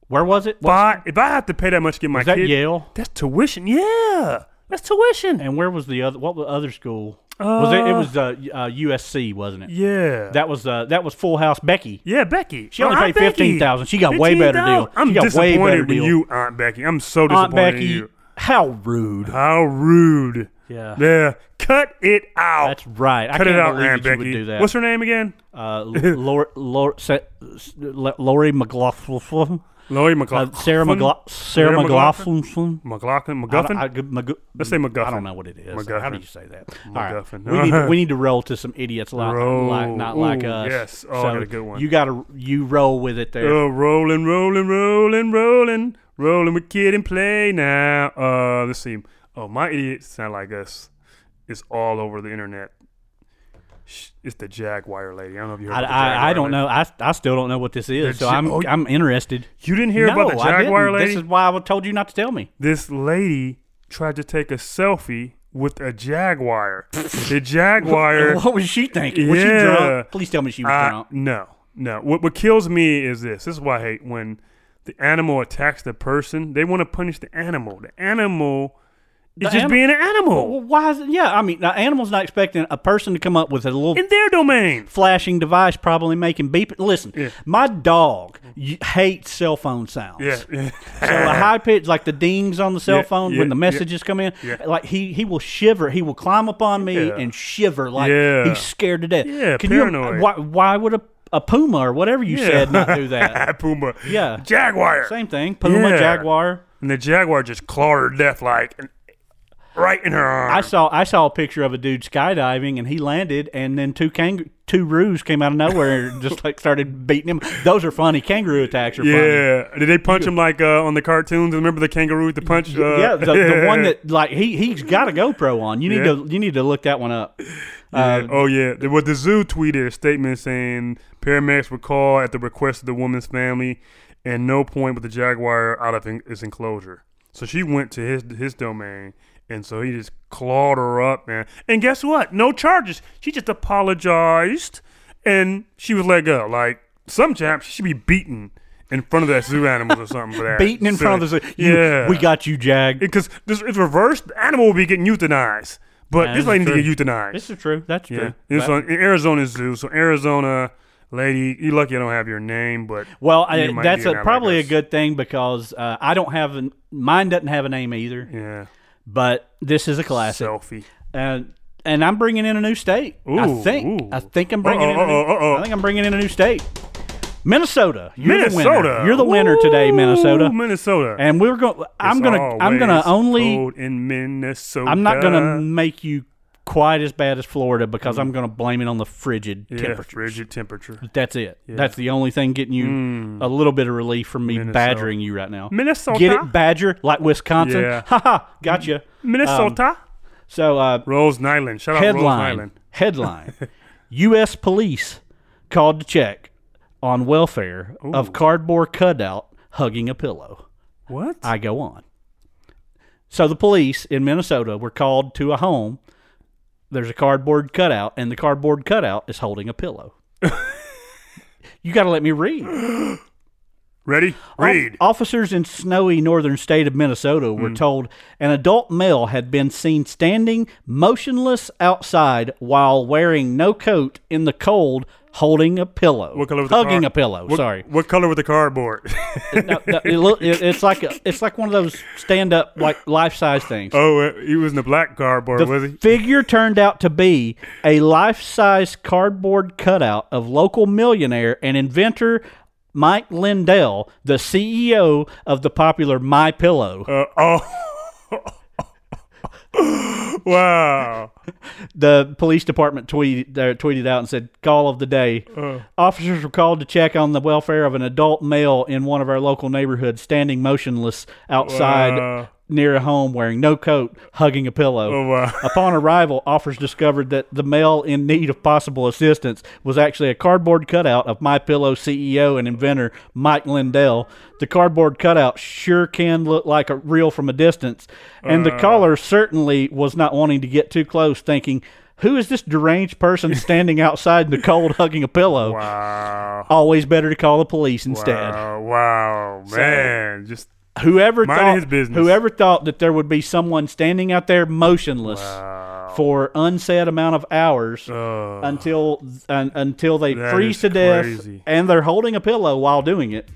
S1: Where was it? What,
S2: Fi- if I have to pay that much to get my
S1: was that
S2: kid,
S1: Yale?
S2: that's tuition. Yeah, that's tuition.
S1: And where was the other? What was the other school? was it? It
S2: Uh,
S1: was uh, y- uh, USC, wasn't it?
S2: Yeah,
S1: That was uh, that was Full House. Becky.
S2: yeah, Becky.
S1: She only
S2: Aunt
S1: paid
S2: Becky.
S1: 15,000. She got way better deal.
S2: 15,000. I'm
S1: She got way
S2: disappointed
S1: better
S2: with
S1: deal.
S2: you, Aunt Becky. I'm so disappointed
S1: Aunt Becky.
S2: in you.
S1: How rude.
S2: How rude.
S1: Yeah.
S2: Yeah. Cut it out.
S1: That's right. I
S2: Cut
S1: can't
S2: it out,
S1: believe
S2: Aunt
S1: that you
S2: Becky.
S1: would do that.
S2: What's her name again?
S1: uh, Lori, Lori, Sa- S- L- Lori McLaughlin.
S2: Lori McLaughlin.
S1: Uh, Sarah, McLaugh- Sarah McLaughlin.
S2: McLaughlin.
S1: I don't-
S2: McGuffin?
S1: I, g- Mag-
S2: Let's say MacGuffin.
S1: I don't know what it is. How do
S2: MacGuffin.
S1: you say that?
S2: MacGuffin.
S1: All right. we, need to, we need to roll to some idiots like,
S2: Roll.
S1: like not like
S2: Ooh,
S1: us.
S2: yes. Oh, I got a good one.
S1: You got to you roll with it there.
S2: Oh, rolling, rolling, rolling, rolling, rolling with kid and play now. Uh, let's see. Oh, my idiots sound like us. It's all over the internet. Sh- It's the Jaguar lady. I don't know if you heard.
S1: I,
S2: about the
S1: I, I
S2: Jaguar
S1: don't
S2: lady.
S1: know. I, I still don't know what this is.
S2: The
S1: so
S2: Ja-
S1: I'm
S2: oh,
S1: I'm interested.
S2: You didn't hear
S1: no,
S2: about the
S1: I
S2: Jaguar
S1: didn't.
S2: lady.
S1: This is why I told you not to tell me.
S2: this lady tried to take a selfie with a jaguar. the jaguar.
S1: What was she thinking? Was she
S2: Yeah.
S1: drunk? Please tell me she was
S2: I-
S1: drunk.
S2: no, no. What what kills me is this. This is why I hate when the animal attacks the person. They want to punish the animal. The animal
S1: The
S2: is just
S1: anim-
S2: being an animal
S1: Well, why is it? Yeah, I mean, the animal's not expecting a person to come up with a little
S2: in their domain.
S1: flashing device, probably making beep. Listen,
S2: Yeah.
S1: my dog y- hates cell phone sounds.
S2: Yeah.
S1: So the high pitch, like the dings on the cell
S2: Yeah,
S1: phone
S2: yeah,
S1: when the messages come in,
S2: yeah.
S1: like he he will shiver. He will climb up on me
S2: Yeah.
S1: and shiver like
S2: Yeah.
S1: he's scared to death.
S2: Yeah,
S1: Can you-
S2: paranoid.
S1: why, why would a, a puma or whatever you
S2: Yeah.
S1: said not do that?
S2: Puma.
S1: Yeah.
S2: Jaguar.
S1: Same thing. Puma,
S2: Yeah.
S1: jaguar.
S2: And the jaguar just clawed her to death like and right in her arm.
S1: I saw I saw a picture of a dude skydiving and he landed and then two kang- two roos came out of nowhere and just like started beating him. Those are funny. Kangaroo attacks are funny.
S2: yeah. Did they punch him like uh, on the cartoons? Remember the kangaroo with the punch? Uh,
S1: Yeah, the, the one that like he he's got a GoPro on. You need
S2: Yeah.
S1: to you need to look that one up. Um,
S2: Yeah. oh yeah, There was the zoo tweeted a statement saying paramedics were called at the request of the woman's family, and no point with the jaguar out of en- its enclosure. So she went to his his domain, and so he just clawed her up, man. And guess what? No charges. She just apologized, and she was let go. Like some chaps, she should be beaten in front of that zoo animals or something for that.
S1: Beating in front of the you-
S2: Yeah,
S1: We got you, Jag.
S2: because this it's reversed. The animal will be getting euthanized, but
S1: That
S2: this
S1: is
S2: lady need to
S1: true.
S2: get euthanized.
S1: This is true. That's
S2: Yeah,
S1: true.
S2: It's
S1: That-
S2: on in Arizona Zoo. So Arizona lady, you lucky I don't have your name, but
S1: well,
S2: you
S1: I,
S2: might
S1: that's
S2: be
S1: a,
S2: an
S1: probably a
S2: Allegos.
S1: good thing because uh, I don't have an, mine doesn't have a name either.
S2: yeah,
S1: But this is a classic.
S2: selfie.
S1: and and I'm bringing in a new state. I
S2: Ooh,
S1: think
S2: ooh.
S1: I think I'm bringing in. A new,
S2: Uh-oh, uh-oh, uh-oh.
S1: I think I'm bringing in a new state. Minnesota, you're the
S2: Minnesota,
S1: winner. You're the winner today,
S2: Woo,
S1: Minnesota.
S2: Minnesota.
S1: And we're going. I'm
S2: It's
S1: gonna. I'm gonna
S2: always
S1: only.
S2: cold in Minnesota.
S1: I'm not gonna make you quite as bad as Florida because I'm gonna blame it on the frigid
S2: Mm. yeah,
S1: temperature.
S2: frigid temperature.
S1: That's it. That's the only thing getting you a little bit of relief from me badgering you right now.
S2: Hmm. Minnesota.
S1: Get it, badger, like Wisconsin.
S2: Yeah.
S1: Ha ha, gotcha.
S2: Minnesota.
S1: So uh,
S2: Rose Nyland. Shout out Rose Nyland.
S1: Um, headline headline U.S. police called to check on welfare of cardboard cutout hugging a pillow.
S2: What?
S1: I go on. So the police in Minnesota were called to a home. There's a cardboard cutout, and the cardboard cutout is holding a pillow. you got to let me read.
S2: Ready?
S1: Off-
S2: Read.
S1: Officers in snowy northern state of Minnesota
S2: Hmm.
S1: were told an adult male had been seen standing motionless outside while wearing no coat in the cold, holding a pillow,
S2: What color was the
S1: hugging
S2: car?
S1: a pillow.
S2: What-
S1: sorry,
S2: What color was the cardboard?
S1: No, no, it look- it- it's like a, it's like one of those stand up like life size things.
S2: oh, uh, he was in the black cardboard,
S1: the
S2: was he?
S1: figure turned out to be a life size cardboard cutout of local millionaire and inventor. Mike Lindell, the CEO of the popular My Pillow,
S2: Uh, oh. wow.
S1: the police department tweeted uh, tweeted out and said, "Call of the day:
S2: Uh.
S1: Officers were called to check on the welfare of an adult male in one of our local neighborhoods, standing motionless outside
S2: Wow.
S1: near a home, wearing no coat, hugging a pillow."
S2: Oh, wow.
S1: Upon arrival, officers discovered that the male in need of possible assistance was actually a cardboard cutout of My Pillow CEO and inventor Mike Lindell. The cardboard cutout sure can look like a reel from a distance, and
S2: Uh.
S1: the caller certainly was not wanting to get too close, thinking, "Who is this deranged person standing outside in the cold hugging a pillow?"
S2: Wow.
S1: Always better to call the police instead.
S2: Wow, Uh, wow, man. Just
S1: Whoever
S2: Minding
S1: thought
S2: his business.
S1: whoever thought that there would be someone standing out there motionless for unsaid amount of hours
S2: uh,
S1: until un, until they
S2: That
S1: freeze
S2: is
S1: to death
S2: crazy.
S1: and they're holding a pillow while doing it.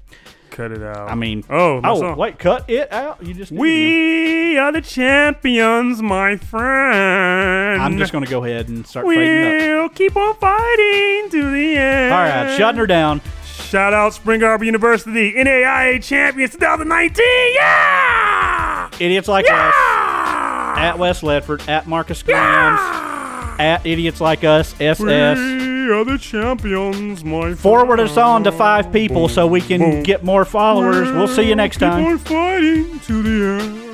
S2: cut it out.
S1: I mean,
S2: oh, my
S1: oh,
S2: song.
S1: wait, cut it out. You just
S2: We are the champions, my friend.
S1: I'm just gonna go ahead and start fading up.
S2: We'll keep on fighting to the end.
S1: All right, shutting her down.
S2: Shout out Spring Arbor University, NAIA champions 2019. Yeah!
S1: Idiots Like Us,
S2: Yeah!
S1: at Wes Ledford, at Marcus Grimes, at Idiots Like Us, SS.
S2: We are the champions, my
S1: Forward
S2: friend.
S1: us on to five people so we can get more followers. We'll see you next
S2: Keep
S1: time.
S2: on fighting to the end.